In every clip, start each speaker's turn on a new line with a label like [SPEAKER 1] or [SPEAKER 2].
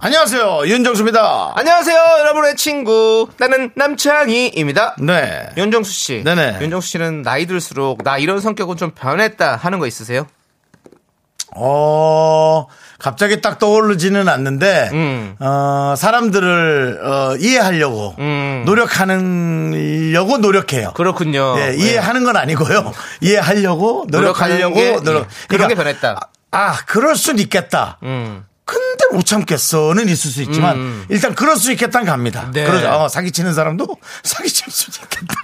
[SPEAKER 1] 안녕하세요. 윤정수입니다.
[SPEAKER 2] 안녕하세요, 여러분의 친구. 나는 남창희입니다.
[SPEAKER 1] 네.
[SPEAKER 2] 윤정수 씨.
[SPEAKER 1] 네네.
[SPEAKER 2] 윤정수 씨는 나이 들수록 나 이런 성격은 좀 변했다 하는 거 있으세요?
[SPEAKER 1] 어, 갑자기 딱 떠오르지는 않는데,
[SPEAKER 2] 음.
[SPEAKER 1] 어, 사람들을, 어, 이해하려고,
[SPEAKER 2] 음.
[SPEAKER 1] 노력하려고 노력해요.
[SPEAKER 2] 그렇군요.
[SPEAKER 1] 예,
[SPEAKER 2] 예.
[SPEAKER 1] 이해하는 건 아니고요. 이해하려고, 노력하려고,
[SPEAKER 2] 노력하는 게,
[SPEAKER 1] 노력. 그러니까
[SPEAKER 2] 예, 그런 게 변했다.
[SPEAKER 1] 아, 그럴 순 있겠다.
[SPEAKER 2] 음.
[SPEAKER 1] 근데 못 참겠어는 있을 수 있지만, 일단 그럴 수 있겠다는 갑니다.
[SPEAKER 2] 네.
[SPEAKER 1] 그러죠. 어, 사기치는 사람도 사기칠 수도 있겠다.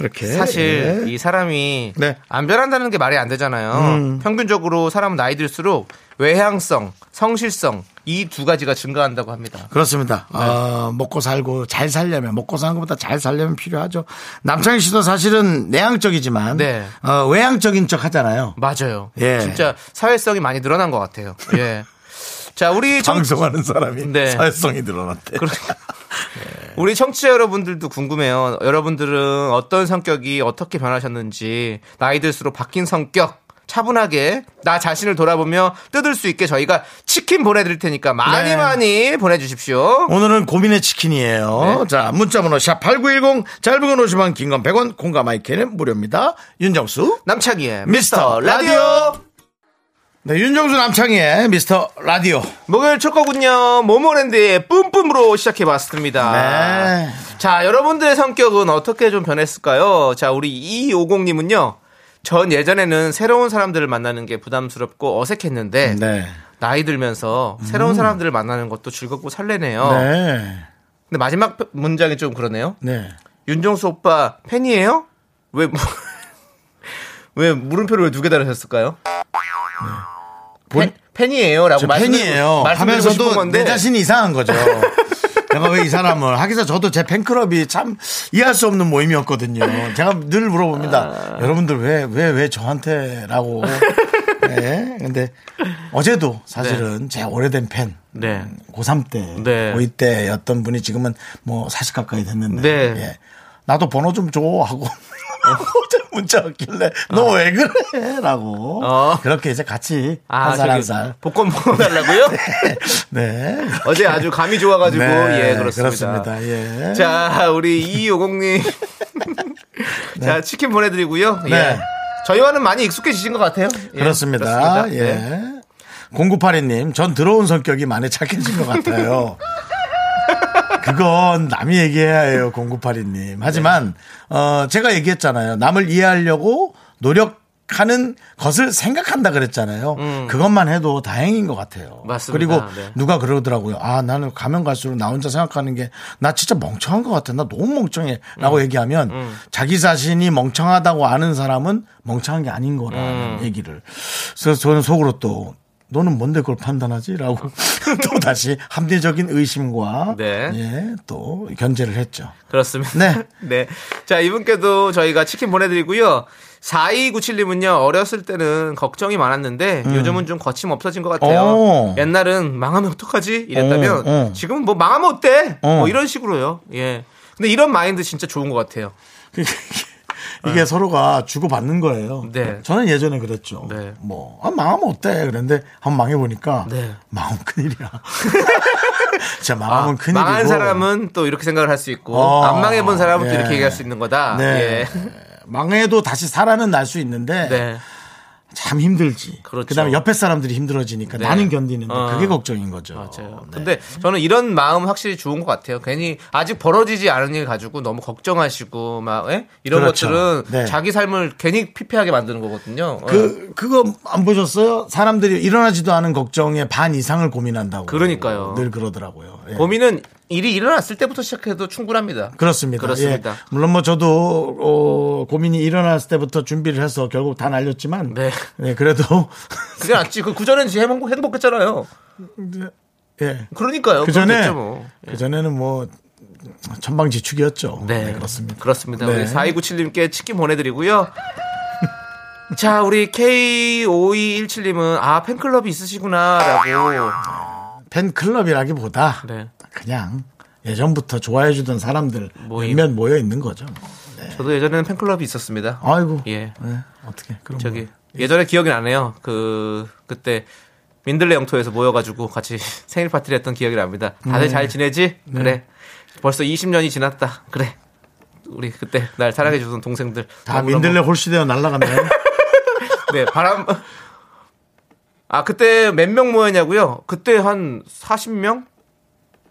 [SPEAKER 1] 이렇게.
[SPEAKER 2] 사실
[SPEAKER 1] 예.
[SPEAKER 2] 이 사람이
[SPEAKER 1] 네. 음.
[SPEAKER 2] 안 변한다는 게 말이 안 되잖아요. 평균적으로 사람은 나이 들수록 외향성, 성실성 이 두 가지가 증가한다고 합니다.
[SPEAKER 1] 그렇습니다. 어, 먹고 살고 잘 살려면 먹고 사는 것보다 잘 살려면 필요하죠. 남창희 씨도 사실은 내향적이지만
[SPEAKER 2] 네.
[SPEAKER 1] 어, 외향적인 척 하잖아요.
[SPEAKER 2] 맞아요.
[SPEAKER 1] 예.
[SPEAKER 2] 진짜 사회성이 많이 늘어난 것 같아요. 예. 자, 우리 정,
[SPEAKER 1] 방송하는 사람이
[SPEAKER 2] 네.
[SPEAKER 1] 사회성이 늘어났대.
[SPEAKER 2] 그러- 우리 청취자 여러분들도 궁금해요. 여러분들은 어떤 성격이 어떻게 변하셨는지 나이 들수록 바뀐 성격 차분하게 나 자신을 돌아보며 뜯을 수 있게 저희가 치킨 보내드릴 테니까 많이
[SPEAKER 1] 네.
[SPEAKER 2] 많이 보내주십시오.
[SPEAKER 1] 오늘은 고민의 치킨이에요. 자, 문자번호 샵8910 짧은 건 50원, 긴 건 100원, 콩과 마이크는 무료입니다. 윤정수,
[SPEAKER 2] 남창희의
[SPEAKER 1] 미스터 라디오. 네, 윤정수 남창희의 미스터 라디오.
[SPEAKER 2] 목요일 첫 거군요. 모모랜드의 뿜뿜으로 시작해봤습니다.
[SPEAKER 1] 네.
[SPEAKER 2] 자, 여러분들의 성격은 어떻게 좀 변했을까요? 자, 우리 250님은요. 전 예전에는 새로운 사람들을 만나는 게 부담스럽고 어색했는데
[SPEAKER 1] 네.
[SPEAKER 2] 나이 들면서 새로운 사람들을 만나는 것도 즐겁고 설레네요.
[SPEAKER 1] 음. 네.
[SPEAKER 2] 근데 마지막 문장이 좀 그러네요.
[SPEAKER 1] 네.
[SPEAKER 2] 윤정수 오빠 팬이에요? 왜, 무- 왜 물음표를 왜 두 개 달으셨을까요?
[SPEAKER 1] 본-
[SPEAKER 2] 팬, 이에요
[SPEAKER 1] 네.
[SPEAKER 2] 라고
[SPEAKER 1] 저
[SPEAKER 2] 말씀드리고,
[SPEAKER 1] 팬이에요.
[SPEAKER 2] 말씀드리고 싶은
[SPEAKER 1] 하면서도
[SPEAKER 2] 건데.
[SPEAKER 1] 내 자신이 이상한 거죠. 내가 왜 이 사람을 하기서 저도 제 팬클럽이 참 이해할 수 없는 모임이었거든요. 제가 늘 물어봅니다.
[SPEAKER 2] 아.
[SPEAKER 1] 여러분들 왜 왜 왜 저한테라고. 네. 근데 어제도 사실은 제 오래된 팬
[SPEAKER 2] 네.
[SPEAKER 1] 고3 때,
[SPEAKER 2] 네.
[SPEAKER 1] 고2 때였던 분이 지금은 뭐 40 가까이 됐는데,
[SPEAKER 2] 네.
[SPEAKER 1] 예. 나도 번호 좀 줘 하고 어제 문자 왔길래 너 왜 그래라고
[SPEAKER 2] 어.
[SPEAKER 1] 그렇게 이제 같이
[SPEAKER 2] 아,
[SPEAKER 1] 한 살
[SPEAKER 2] 저기,
[SPEAKER 1] 한 살.
[SPEAKER 2] 복권 먹어달라고요?
[SPEAKER 1] 네.
[SPEAKER 2] 어제 아주 감이 좋아가지고,
[SPEAKER 1] 네,
[SPEAKER 2] 예, 그렇습니다.
[SPEAKER 1] 그렇습니다. 예.
[SPEAKER 2] 자, 우리 2250님. 자, 치킨 보내드리고요. 예.
[SPEAKER 1] 네.
[SPEAKER 2] 저희와는 많이 익숙해지신 것 같아요. 예,
[SPEAKER 1] 그렇습니다.
[SPEAKER 2] 그렇습니다.
[SPEAKER 1] 예.
[SPEAKER 2] 네.
[SPEAKER 1] 0982님, 전 들어온 성격이 많이 착해진 것 같아요. 그건 남이 얘기해야 해요, 0982님. 하지만,
[SPEAKER 2] 네.
[SPEAKER 1] 어, 제가 얘기했잖아요. 남을 이해하려고 노력하는 것을 생각한다 그랬잖아요. 그것만 해도 다행인 것 같아요.
[SPEAKER 2] 음. 맞습니다.
[SPEAKER 1] 그리고
[SPEAKER 2] 네.
[SPEAKER 1] 누가 그러더라고요. 아, 나는 가면 갈수록 나 혼자 생각하는 게 나 진짜 멍청한 것 같아. 나 너무 멍청해. 라고 얘기하면 자기 자신이 멍청하다고 아는 사람은 멍청한 게 아닌 거라는 얘기를. 그래서 저는 속으로 또 너는 뭔데 그걸 판단하지? 라고 또 다시 합리적인 의심과
[SPEAKER 2] 네.
[SPEAKER 1] 예, 또 견제를 했죠.
[SPEAKER 2] 그렇습니다.
[SPEAKER 1] 네.
[SPEAKER 2] 네. 자, 이분께도 저희가 치킨 보내드리고요. 4297님은요, 어렸을 때는 걱정이 많았는데, 요즘은 좀 거침없어진 것 같아요.
[SPEAKER 1] 음. 오.
[SPEAKER 2] 옛날은 망하면 어떡하지? 이랬다면,
[SPEAKER 1] 어, 어.
[SPEAKER 2] 지금은 뭐 망하면 어때?
[SPEAKER 1] 어.
[SPEAKER 2] 뭐 이런 식으로요. 예. 근데 이런 마인드 진짜 좋은 것 같아요.
[SPEAKER 1] 이게 서로가 주고받는 거예요.
[SPEAKER 2] 네.
[SPEAKER 1] 저는 예전에 그랬죠.
[SPEAKER 2] 네.
[SPEAKER 1] 뭐, 아, 망하면 어때? 그랬는데, 한번 망해보니까,
[SPEAKER 2] 네.
[SPEAKER 1] 망하면 큰일이야. 진짜 망하면 큰일이고.
[SPEAKER 2] 아, 망한 사람은 또 이렇게 생각을 할 수 있고,
[SPEAKER 1] 어.
[SPEAKER 2] 안 망해본 사람은 또
[SPEAKER 1] 예.
[SPEAKER 2] 이렇게 얘기할 수 있는 거다.
[SPEAKER 1] 네.
[SPEAKER 2] 예.
[SPEAKER 1] 망해도 다시 살아는 날 수 있는데,
[SPEAKER 2] 네.
[SPEAKER 1] 참 힘들지.
[SPEAKER 2] 그렇죠.
[SPEAKER 1] 다음에 옆에 사람들이 힘들어지니까
[SPEAKER 2] 네.
[SPEAKER 1] 나는 견디는데,
[SPEAKER 2] 어.
[SPEAKER 1] 그게 걱정인 거죠.
[SPEAKER 2] 맞아요.
[SPEAKER 1] 네.
[SPEAKER 2] 그렇죠. 근데 저는 이런 마음 확실히 좋은 것 같아요. 괜히 아직 벌어지지 않은 일 가지고 너무 걱정하시고 막 예? 이런
[SPEAKER 1] 그렇죠.
[SPEAKER 2] 것들은
[SPEAKER 1] 네.
[SPEAKER 2] 자기 삶을 괜히 피폐하게 만드는 거거든요. 예.
[SPEAKER 1] 그, 그거 안 보셨어요? 사람들이 일어나지도 않은 걱정의 반 이상을 고민한다고.
[SPEAKER 2] 그러니까요.
[SPEAKER 1] 늘 그러더라고요. 예.
[SPEAKER 2] 고민은 일이 일어났을 때부터 시작해도 충분합니다.
[SPEAKER 1] 그렇습니다.
[SPEAKER 2] 그렇습니다.
[SPEAKER 1] 예. 물론 뭐 저도 어, 고민이 일어났을 때부터 준비를 해서 결국 다 날렸지만
[SPEAKER 2] 네.
[SPEAKER 1] 네, 그래도
[SPEAKER 2] 그게 낫지. 그 구전엔 지금 행복- 행복했잖아요.
[SPEAKER 1] 예.
[SPEAKER 2] 그러니까요.
[SPEAKER 1] 그
[SPEAKER 2] 그럼
[SPEAKER 1] 전에
[SPEAKER 2] 됐죠, 뭐.
[SPEAKER 1] 그 전에는 뭐 천방지축이었죠.
[SPEAKER 2] 네.
[SPEAKER 1] 네, 그렇습니다.
[SPEAKER 2] 그렇습니다.
[SPEAKER 1] 네.
[SPEAKER 2] 우리 4297님께 치킨 보내드리고요. 자, 우리 K5217님은, 아, 팬클럽이 있으시구나, 라고.
[SPEAKER 1] 팬클럽이라기보다
[SPEAKER 2] 네.
[SPEAKER 1] 그냥 예전부터 좋아해주던 사람들
[SPEAKER 2] 모임.
[SPEAKER 1] 몇몇 모여 있는 거죠. 뭐.
[SPEAKER 2] 저도 예전에는 팬클럽이 있었습니다.
[SPEAKER 1] 아이고.
[SPEAKER 2] 예.
[SPEAKER 1] 네, 어떻게 그럼
[SPEAKER 2] 저기, 예전에 기억이 나네요. 그, 그때, 민들레 영토에서 모여가지고 같이 생일 파티를 했던 기억이 납니다. 다들
[SPEAKER 1] 네.
[SPEAKER 2] 잘 지내지? 그래. 벌써 20년이 지났다. 그래. 우리 그때 날 사랑해주던 동생들.
[SPEAKER 1] 다
[SPEAKER 2] 너무너무
[SPEAKER 1] 민들레 홀시되어 날아갔네요.
[SPEAKER 2] 네, 바람. 아, 그때 몇 명 모였냐고요? 그때 한 40명?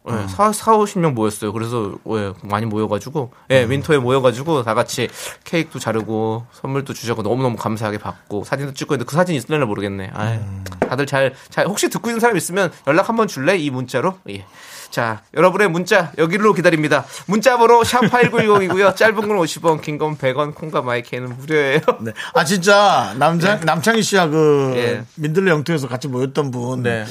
[SPEAKER 2] 예, 네, 4, 50명 모였어요. 그래서, 예, 많이 모여가지고, 예, 윈터에 모여가지고, 다 같이 케이크도 자르고, 선물도 주셔서 너무너무 감사하게 받고, 사진도 찍고 했는데, 그 사진 있을려나 모르겠네. 아 다들 잘, 잘, 혹시 듣고 있는 사람 있으면 연락 한번 줄래? 이 문자로? 예. 자, 여러분의 문자, 여기로 기다립니다. 문자번호 샵8910이고요. 짧은 건 50원, 긴 건 100원, 콩과 마이크는 무료예요.
[SPEAKER 1] 네. 아 진짜 남장 남창희 씨와 그
[SPEAKER 2] 네. 예.
[SPEAKER 1] 민들레 영토에서 같이 모였던 분
[SPEAKER 2] 네.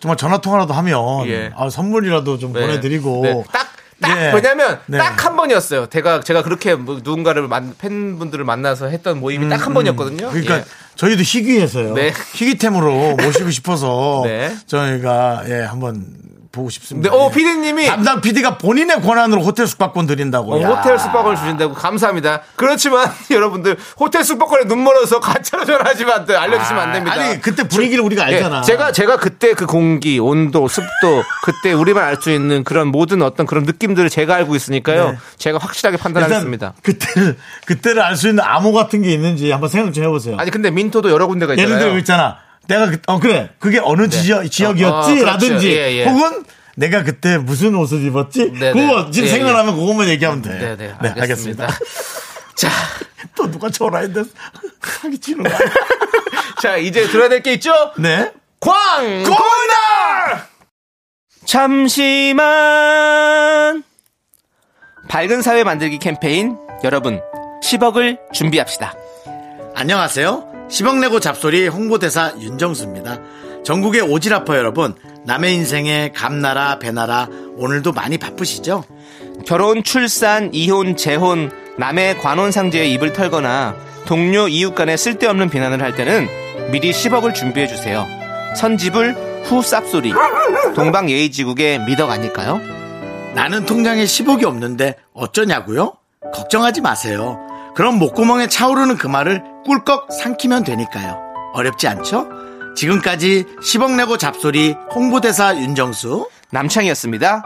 [SPEAKER 1] 정말 전화 통화라도 하면
[SPEAKER 2] 예.
[SPEAKER 1] 아, 선물이라도 좀
[SPEAKER 2] 네.
[SPEAKER 1] 보내드리고
[SPEAKER 2] 네. 딱. 딱
[SPEAKER 1] 예.
[SPEAKER 2] 왜냐면
[SPEAKER 1] 네.
[SPEAKER 2] 딱 한 번이었어요. 제가 제가 그렇게 뭐 누군가를 만, 팬분들을 만나서 했던 모임이 딱 한 번이었거든요.
[SPEAKER 1] 그러니까
[SPEAKER 2] 예.
[SPEAKER 1] 저희도 희귀해서요.
[SPEAKER 2] 네.
[SPEAKER 1] 희귀템으로 모시고 싶어서
[SPEAKER 2] 네.
[SPEAKER 1] 저희가 예 한번 보고
[SPEAKER 2] 근데
[SPEAKER 1] 싶습니다.
[SPEAKER 2] 어
[SPEAKER 1] 예.
[SPEAKER 2] 피디님이
[SPEAKER 1] 담당 PD가 본인의 권한으로 호텔 숙박권 드린다고.
[SPEAKER 2] 어,
[SPEAKER 1] 야.
[SPEAKER 2] 호텔 숙박을 주신다고 감사합니다. 그렇지만 여러분들 호텔 숙박권에 눈 멀어서 가짜로 전화하시면 안 돼. 알려주시면 안 됩니다.
[SPEAKER 1] 아니 그때 분위기를 우리가
[SPEAKER 2] 예,
[SPEAKER 1] 알잖아.
[SPEAKER 2] 제가 제가 그때 그 공기, 온도, 습도 그때 우리만 알 수 있는 그런 모든 어떤 그런 느낌들을 제가 알고 있으니까요.
[SPEAKER 1] 네.
[SPEAKER 2] 제가 확실하게 판단하겠습니다.
[SPEAKER 1] 그때를 그때를 알 수 있는 암호 같은 게 있는지 한번 생각 좀 해보세요.
[SPEAKER 2] 아니 근데 민토도 여러 군데가 있잖아요.
[SPEAKER 1] 네. 예를 들어 있잖아. 내가 그, 어 그래 그게 어느 지역
[SPEAKER 2] 어,
[SPEAKER 1] 지역이었지
[SPEAKER 2] 그렇죠.
[SPEAKER 1] 라든지
[SPEAKER 2] 예, 예.
[SPEAKER 1] 혹은 내가 그때 무슨 옷을 입었지
[SPEAKER 2] 네, 네.
[SPEAKER 1] 그거 지금
[SPEAKER 2] 예,
[SPEAKER 1] 생각나면 그것만 얘기하면 돼.
[SPEAKER 2] 네, 네, 알겠습니다.
[SPEAKER 1] 자, 또 누가 전화했는데 사기치는 거야.
[SPEAKER 2] 자 이제 들어야 될 게 있죠?
[SPEAKER 1] 네.
[SPEAKER 2] 광!
[SPEAKER 1] 고나!
[SPEAKER 2] 잠시만 밝은 사회 만들기 캠페인 여러분 10억을 준비합시다
[SPEAKER 1] 안녕하세요. 시방내고 잡소리 홍보대사 윤정수입니다. 전국의 오지라퍼 여러분, 남의 인생에 감나라 배나라 오늘도 많이 바쁘시죠?
[SPEAKER 2] 결혼 출산 이혼 재혼 남의 관혼상제에 입을 털거나 동료 이웃 간에 쓸데없는 비난을 할 때는 미리 10억을 준비해 주세요 선지불 후 쌉소리 동방예의지국의 미덕 아닐까요?
[SPEAKER 1] 나는 통장에 10억이 없는데 어쩌냐고요? 걱정하지 마세요. 그럼 목구멍에 차오르는 그 말을 꿀꺽 삼키면 되니까요. 어렵지 않죠? 지금까지 10억 내고 잡소리 홍보대사 윤정수.
[SPEAKER 2] 남창이었습니다.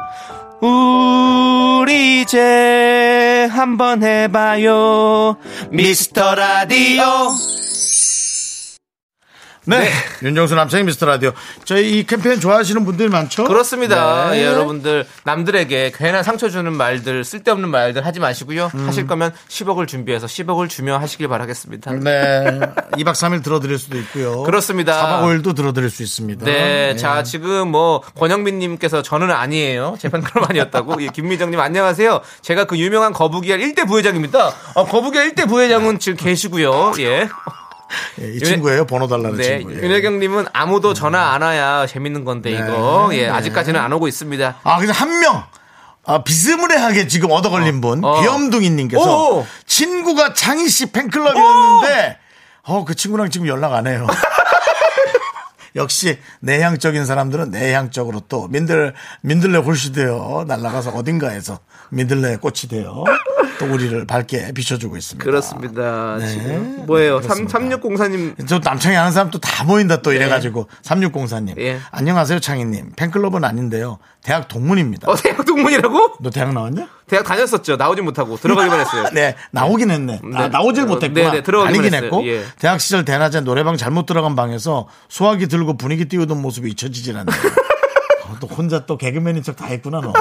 [SPEAKER 2] 우리 이제 한번 해봐요. 미스터 라디오.
[SPEAKER 1] 네. 윤정수 남창희 미스터 라디오. 저희 이 캠페인 좋아하시는 분들이 많죠?
[SPEAKER 2] 그렇습니다.
[SPEAKER 1] 네.
[SPEAKER 2] 예, 여러분들 남들에게 괜한 상처 주는 말들 쓸데없는 말들 하지 마시고요. 하실 거면 10억을 준비해서 10억을 주며 하시길 바라겠습니다.
[SPEAKER 1] 네. 2박 3일 들어드릴 수도 있고요.
[SPEAKER 2] 그렇습니다.
[SPEAKER 1] 4박 5일도 들어드릴 수 있습니다.
[SPEAKER 2] 네, 자 지금 뭐 권영민님께서 저는 아니에요. 재판 그럼 아니었다고. 예, 김미정님 안녕하세요. 제가 그 유명한 거북이알 1대 부회장입니다. 어, 거북이알 1대 부회장은 지금 계시고요. 예.
[SPEAKER 1] 예, 이 친구예요. 번호 달라는
[SPEAKER 2] 네,
[SPEAKER 1] 친구. 예.
[SPEAKER 2] 윤혜경님은 아무도 전화 안 와야 재밌는 건데 이거 예 아직까지는 안 오고 있습니다.
[SPEAKER 1] 아, 근데 한 명. 아, 비스무리하게 지금 얻어 걸린 분.
[SPEAKER 2] 어.
[SPEAKER 1] 귀염둥이님께서
[SPEAKER 2] 오.
[SPEAKER 1] 친구가 창희 씨 팬클럽이었는데, 어, 그 친구랑 지금 연락 안 해요. 역시 내향적인 사람들은 내향적으로 또 민들 민들레 홀씨 되어 날아가서 어딘가에서 민들레 꽃이 되어 또 우리를 밝게 비춰주고 있습니다.
[SPEAKER 2] 그렇습니다. 지금 뭐예요? 삼3 6 0 4님
[SPEAKER 1] 저 남창희 하는 사람 또 다 모인다 또 이래가지고 3604님
[SPEAKER 2] 네. 예.
[SPEAKER 1] 안녕하세요 창희님 팬클럽은 아닌데요 대학 동문입니다
[SPEAKER 2] 어 대학 동문이라고?
[SPEAKER 1] 너 대학 나왔냐?
[SPEAKER 2] 대학 다녔었죠. 나오진 못하고 들어가기만 했어요.
[SPEAKER 1] 네 나오긴 했네 아,
[SPEAKER 2] 네.
[SPEAKER 1] 나오질
[SPEAKER 2] 어,
[SPEAKER 1] 못했구나
[SPEAKER 2] 네, 네, 들어가기만
[SPEAKER 1] 다니긴
[SPEAKER 2] 했어요.
[SPEAKER 1] 했고
[SPEAKER 2] 예.
[SPEAKER 1] 대학 시절 대낮에 노래방 잘못 들어간 방에서 소화기 들고 분위기 띄우던 모습이 잊혀지질 않네요 어, 또 혼자 또 개그맨인 척 다 했구나 너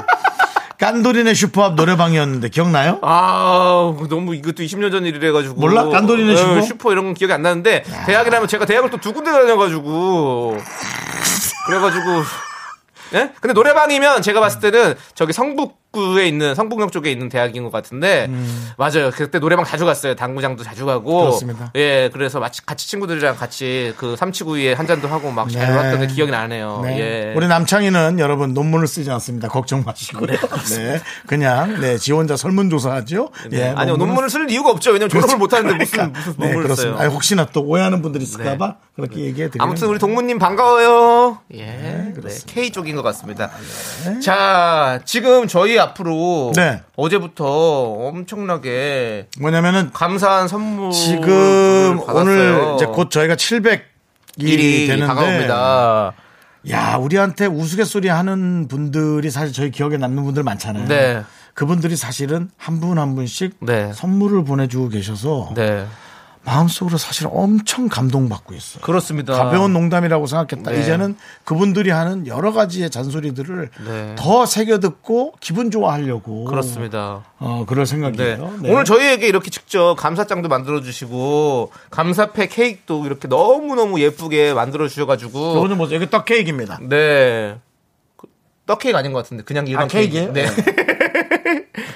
[SPEAKER 1] 깐돌이네 슈퍼앞 노래방이었는데 기억나요?
[SPEAKER 2] 아 너무 이것도 20년 전 일이라가지고
[SPEAKER 1] 몰라? 깐돌이네
[SPEAKER 2] 예,
[SPEAKER 1] 슈퍼?
[SPEAKER 2] 슈퍼 이런 건 기억이 안 나는데 대학이라면 제가 대학을 또 두 군데 다녀가지고 그래가지고 예? 근데 노래방이면 제가 봤을 때는 저기 성북구에 있는 성북역 쪽에 있는 대학인 것 같은데 맞아요. 그때 노래방 자주 갔어요. 당구장도 자주 가고.
[SPEAKER 1] 음. 그렇습니다.
[SPEAKER 2] 예, 그래서 마치 같이 친구들이랑 같이 그 삼치구이에 한 잔도 하고 막 잘
[SPEAKER 1] 네.
[SPEAKER 2] 놀았던 게 기억이 나네요.
[SPEAKER 1] 네.
[SPEAKER 2] 예.
[SPEAKER 1] 우리 남창희는 여러분 논문을 쓰지 않습니다. 걱정 마시고. 네. 그냥 네, 지 혼자 설문조사하죠. 예,
[SPEAKER 2] 네. 아니요, 논문을 쓸 이유가 없죠. 왜냐면
[SPEAKER 1] 그렇죠.
[SPEAKER 2] 졸업을 못하는데 무슨,
[SPEAKER 1] 그러니까.
[SPEAKER 2] 무슨
[SPEAKER 1] 네,
[SPEAKER 2] 논문을 써요. 네.
[SPEAKER 1] 그렇습니다. 아니, 혹시나 또 오해하는 분들이 있을까봐 그렇게 얘기해 드리는
[SPEAKER 2] 아무튼 우리 동무님 반가워요. 예, 네, K 쪽인 것 같습니다. 자, 지금 저희 앞으로
[SPEAKER 1] 아, 네.
[SPEAKER 2] 어제부터 엄청나게
[SPEAKER 1] 뭐냐면은
[SPEAKER 2] 감사한 선물
[SPEAKER 1] 지금 오늘 이제 곧 저희가 700 일이
[SPEAKER 2] 일이
[SPEAKER 1] 되는데
[SPEAKER 2] 다가옵니다.
[SPEAKER 1] 야 우리한테 우스갯소리 하는 분들이 사실 저희 기억에 남는 분들 많잖아요.
[SPEAKER 2] 네.
[SPEAKER 1] 그분들이 사실은 한 분 한 분씩
[SPEAKER 2] 네.
[SPEAKER 1] 선물을 보내주고 계셔서
[SPEAKER 2] 네,
[SPEAKER 1] 마음속으로 사실 엄청 감동받고 있어요.
[SPEAKER 2] 그렇습니다.
[SPEAKER 1] 가벼운 농담이라고 생각했다.
[SPEAKER 2] 아. 네.
[SPEAKER 1] 이제는 그분들이 하는 여러 가지의 잔소리들을
[SPEAKER 2] 네.
[SPEAKER 1] 더 새겨 듣고 기분 좋아하려고
[SPEAKER 2] 그렇습니다.
[SPEAKER 1] 어, 그럴
[SPEAKER 2] 네.
[SPEAKER 1] 생각이에요. 네.
[SPEAKER 2] 오늘 저희에게 이렇게 직접 감사장도 만들어 주시고 감사패 케이크도 이렇게 너무 너무 예쁘게 만들어 주셔가지고
[SPEAKER 1] 요거는 뭐죠? 이게 떡 케이크입니다.
[SPEAKER 2] 네. 그 떡케이크 아닌 것 같은데 그냥 일반
[SPEAKER 1] 아, 케이크예요?
[SPEAKER 2] 네.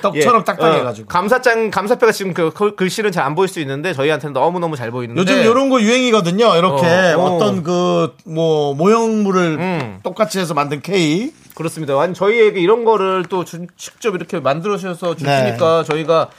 [SPEAKER 1] 떡처럼
[SPEAKER 2] 예.
[SPEAKER 1] 딱딱해가지고.
[SPEAKER 2] 어, 감사장 감사패가 지금 그 글- 글씨는 잘 안 보일 수 있는데 저희한테는 너무 너무 잘 보이는데. 네.
[SPEAKER 1] 요즘 요런 거 유행이거든요. 이렇게
[SPEAKER 2] 어, 어.
[SPEAKER 1] 어, 떤 그, 뭐, 모형물을
[SPEAKER 2] 음.
[SPEAKER 1] 똑같이 해서 만든 케이.
[SPEAKER 2] 그렇습니다. 아니 저희에게 이런 거를 또 주- 직접 이렇게 만들어 주셔서
[SPEAKER 1] 네.
[SPEAKER 2] 주시니까 저희가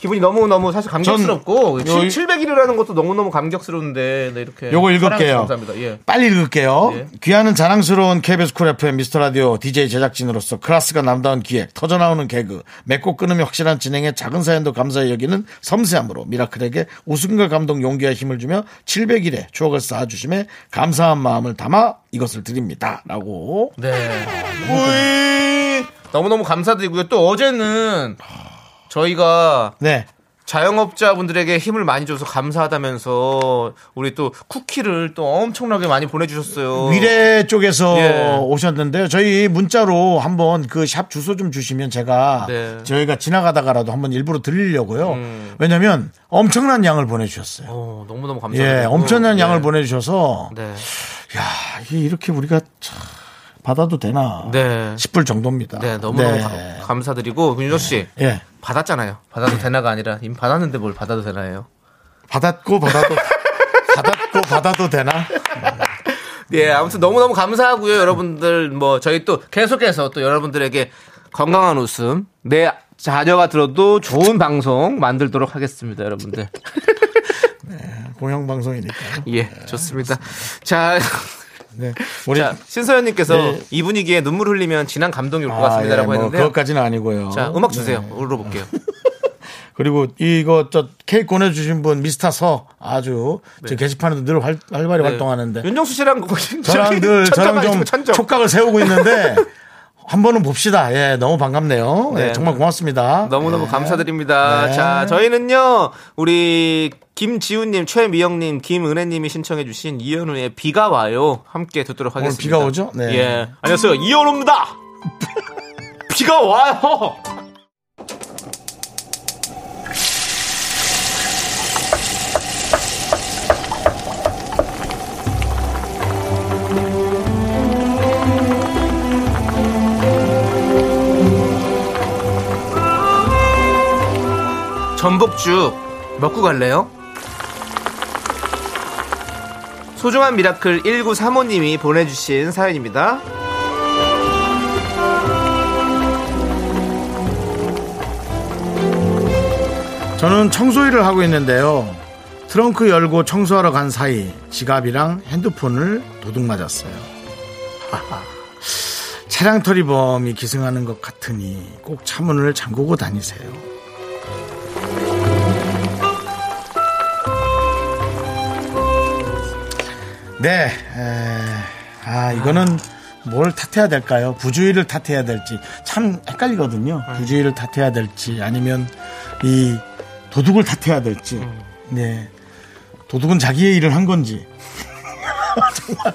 [SPEAKER 2] 기분이 너무 너무 사실 감격스럽고
[SPEAKER 1] 전 요-
[SPEAKER 2] 700일이라는 것도 너무 너무 감격스러운데 네, 이렇게
[SPEAKER 1] 요거
[SPEAKER 2] 사랑해주셔서
[SPEAKER 1] 읽을게요.
[SPEAKER 2] 감사합니다. 예.
[SPEAKER 1] 빨리 읽을게요.
[SPEAKER 2] 예.
[SPEAKER 1] 귀하는 자랑스러운 KBS 쿨 FM 미스터 라디오 DJ 제작진으로서 클라스가 남다운 기획, 터져나오는 개그, 맺고 끊음이 확실한 진행에 작은 사연도 감사히 여기는 섬세함으로 미라클에게 웃음과 감동, 용기와 힘을 주며 700일의 추억을 쌓아주심에 감사한 마음을 담아 이것을 드립니다. 라고.
[SPEAKER 2] 네. 우이. 너무너무 감사드리고요. 또 어제는 저희가
[SPEAKER 1] 네.
[SPEAKER 2] 자영업자분들에게 힘을 많이 줘서 감사하다면서 우리 또 쿠키를 또 엄청나게 많이 보내주셨어요.
[SPEAKER 1] 미래 쪽에서
[SPEAKER 2] 예.
[SPEAKER 1] 오셨는데요. 저희 문자로 한번 그 샵 주소 좀 주시면 제가
[SPEAKER 2] 네. 음.
[SPEAKER 1] 저희가 지나가다가라도 한번 일부러 들리려고요. 왜냐면 엄청난 양을 보내주셨어요.
[SPEAKER 2] 어, 너무너무 감사해요.
[SPEAKER 1] 예, 엄청난 양을 보내주셔서
[SPEAKER 2] 네.
[SPEAKER 1] 야 이게 이렇게 우리가 참 받아도 되나
[SPEAKER 2] 네.
[SPEAKER 1] 싶을 정도입니다.
[SPEAKER 2] 네, 너무너무
[SPEAKER 1] 네.
[SPEAKER 2] 감- 감사드리고 윤정 씨
[SPEAKER 1] 예,
[SPEAKER 2] 받았잖아요. 받아도 되나가 아니라 이미 받았는데 뭘 받아도 되나요?
[SPEAKER 1] 받았고 받아도 받았고 받아도 되나?
[SPEAKER 2] 예, 아무튼 너무너무 감사하고요. 여러분들 뭐 저희 또 계속해서 또 여러분들에게 건강한 웃음 내 자녀가 들어도 좋은 방송 만들도록 하겠습니다, 여러분들.
[SPEAKER 1] 공영 방송이니까.
[SPEAKER 2] 예, 좋습니다. 자,
[SPEAKER 1] 네, 우리
[SPEAKER 2] 자 신서연님께서
[SPEAKER 1] 네.
[SPEAKER 2] 이 분위기에 눈물 흘리면 진한 감동이 올 것
[SPEAKER 1] 아, 예,
[SPEAKER 2] 같습니다라고
[SPEAKER 1] 뭐 네.
[SPEAKER 2] 했는데. 요
[SPEAKER 1] 그것까지는 아니고요.
[SPEAKER 2] 자, 음악 주세요. 물어볼게요.
[SPEAKER 1] 그리고 이거 저 케이크 보내주신 분 미스터 서 아주 저 게시판에도 늘 활, 활발히 활동하는데
[SPEAKER 2] 네. 윤정수 씨랑
[SPEAKER 1] 저랑 늘 저랑 좀 촉각을 세우고 있는데 한 번은 봅시다. 예, 너무 반갑네요. 예,
[SPEAKER 2] 네.
[SPEAKER 1] 정말 고맙습니다.
[SPEAKER 2] 너무너무
[SPEAKER 1] 예.
[SPEAKER 2] 감사드립니다.
[SPEAKER 1] 네.
[SPEAKER 2] 자, 저희는요, 우리 김지훈님, 최미영님, 김은혜님이 신청해주신 이현우의 비가 와요. 함께 듣도록
[SPEAKER 1] 오늘
[SPEAKER 2] 하겠습니다.
[SPEAKER 1] 비가 오죠? 네.
[SPEAKER 2] 예. 안녕하세요. 이현우입니다! 비가 와요! 전복죽 먹고 갈래요? 소중한 미라클 1935님이 보내주신 사연입니다.
[SPEAKER 1] 저는 청소 일을 하고 있는데요. 트렁크 열고 청소하러 간 사이 지갑이랑 핸드폰을 도둑 맞았어요. 하하. 차량 털이범이 기승하는 것 같으니 꼭 차문을 잠그고 다니세요. 네, 에, 아 이거는 뭘 탓해야 될까요? 부주의를 탓해야 될지 참 헷갈리거든요. 부주의를 탓해야 될지 아니면 이 도둑을 탓해야 될지. 네, 도둑은 자기의 일을 한 건지. 정말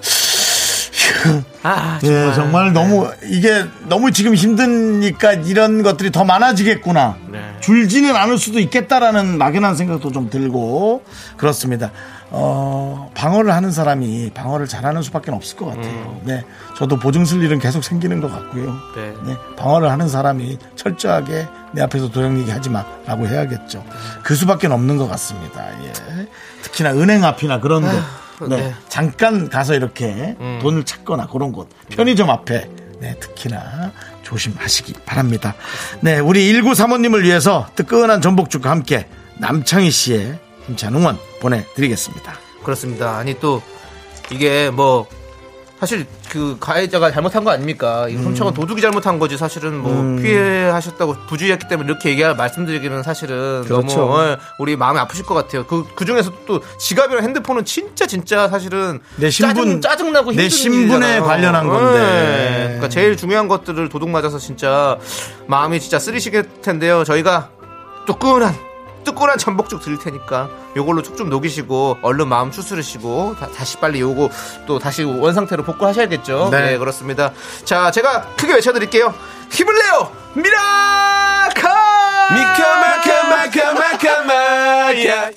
[SPEAKER 2] 아,
[SPEAKER 1] 예, 정말, 너무 이게 너무 지금 힘드니까 이런 것들이 더 많아지겠구나. 줄지는 않을 수도 있겠다라는 막연한 생각도 좀 들고 그렇습니다. 어, 방어를 하는 사람이 방어를 잘하는 수밖에 없을 것 같아요. 네, 저도 보증쓸 일은 계속 생기는 것 같고요.
[SPEAKER 2] 네.
[SPEAKER 1] 방어를 하는 사람이 철저하게 내 앞에서 도형 얘기하지 마라고 해야겠죠. 그 수밖에 없는 것 같습니다. 예. 특히나 은행 앞이나 그런 곳, 네.
[SPEAKER 2] 네.
[SPEAKER 1] 잠깐 가서 이렇게
[SPEAKER 2] 음.
[SPEAKER 1] 돈을 찾거나 그런 곳, 편의점 앞에 네, 특히나 조심하시기 바랍니다. 네, 우리 1935님을 위해서 뜨끈한 전복죽과 함께 남창희 씨의 힘찬 응원 보내드리겠습니다.
[SPEAKER 2] 그렇습니다. 아니 또 이게 뭐 사실 그 가해자가 잘못한 거 아닙니까?
[SPEAKER 1] 음.
[SPEAKER 2] 이 훔쳐간 도둑이 잘못한 거지 사실은 뭐 피해하셨다고 부주의했기 때문에 이렇게 얘기 말씀드리기는 사실은
[SPEAKER 1] 그렇죠.
[SPEAKER 2] 너무 어, 우리 마음이 아프실 것 같아요. 그그 중에서 또 지갑이랑 핸드폰은 진짜 진짜 사실은
[SPEAKER 1] 내 신분-
[SPEAKER 2] 짜증, 나고 네.
[SPEAKER 1] 내 신분에 관련한 건데.
[SPEAKER 2] 그러니까 제일 중요한 것들을 도둑 맞아서 진짜 마음이 진짜 쓰리시겠 텐데요. 저희가 뜨끈한 뜨끈한 전복죽 드릴 테니까 요걸로 촉 좀 녹이시고 얼른 마음 추스르시고 다, 시 빨리 요거 또 다시 원 상태로 복구하셔야겠죠.
[SPEAKER 1] 네.
[SPEAKER 2] 네. 그렇습니다. 자 제가 크게 외쳐드릴게요. 힘을 내요 미라카
[SPEAKER 3] 미카마카마카마카마야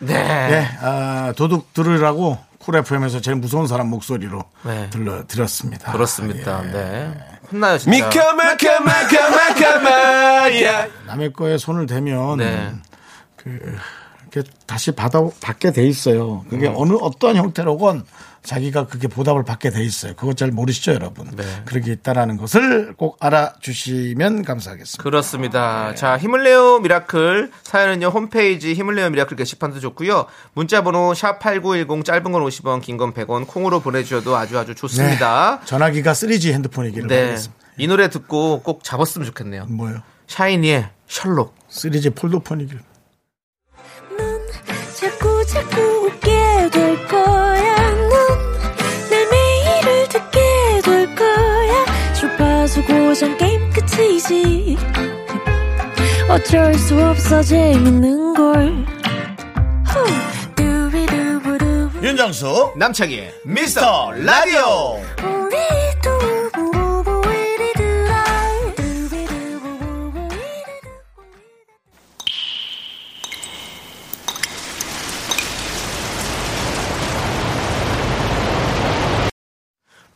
[SPEAKER 2] 네.
[SPEAKER 1] 네, 아, 도둑 들으라고 쿨 FM에서 제일 무서운 사람 목소리로
[SPEAKER 2] 네.
[SPEAKER 1] 들려 드렸습니다.
[SPEAKER 2] 그렇습니다.
[SPEAKER 1] 예.
[SPEAKER 2] 네. 혼나요 진짜.
[SPEAKER 3] 미카마카마카마카마야
[SPEAKER 1] 남의 거에 손을 대면
[SPEAKER 2] 네.
[SPEAKER 1] 그 이렇게 다시 받아 받게 돼 있어요. 그게 어느 어떠한 형태로건 자기가 그렇게 보답을 받게 돼 있어요. 그거 잘 모르시죠, 여러분. 그렇게 있다라는 것을 꼭 알아주시면 감사하겠습니다.
[SPEAKER 2] 그렇습니다.
[SPEAKER 1] 네.
[SPEAKER 2] 자, 힘을 내요 미라클 사연은요 홈페이지 힘을 내요 미라클 게시판도 좋고요. 문자번호 샵 #8910 짧은 건 50원, 긴 건 100원 콩으로 보내주셔도 아주 아주 좋습니다.
[SPEAKER 1] 네. 전화기가 3G 핸드폰이기를
[SPEAKER 2] 네,
[SPEAKER 1] 바라겠습니다.
[SPEAKER 2] 이 노래 듣고 꼭 잡았으면 좋겠네요.
[SPEAKER 1] 뭐요?
[SPEAKER 2] 샤이니의 셜록.
[SPEAKER 1] 3G 폴더폰이길.
[SPEAKER 4] 넌 자꾸 자꾸 웃게 될 거야. 넌내 매일을 듣게 될 거야. 주파수 고정 게임 끝이지. 어쩔 수 없어 재밌는 걸. 후. 두비두부두.
[SPEAKER 1] 윤정수
[SPEAKER 2] 남창희 미스터 라디오.
[SPEAKER 4] 우리 두부부부 우리 두라. 두비두부부부 우리 두부부.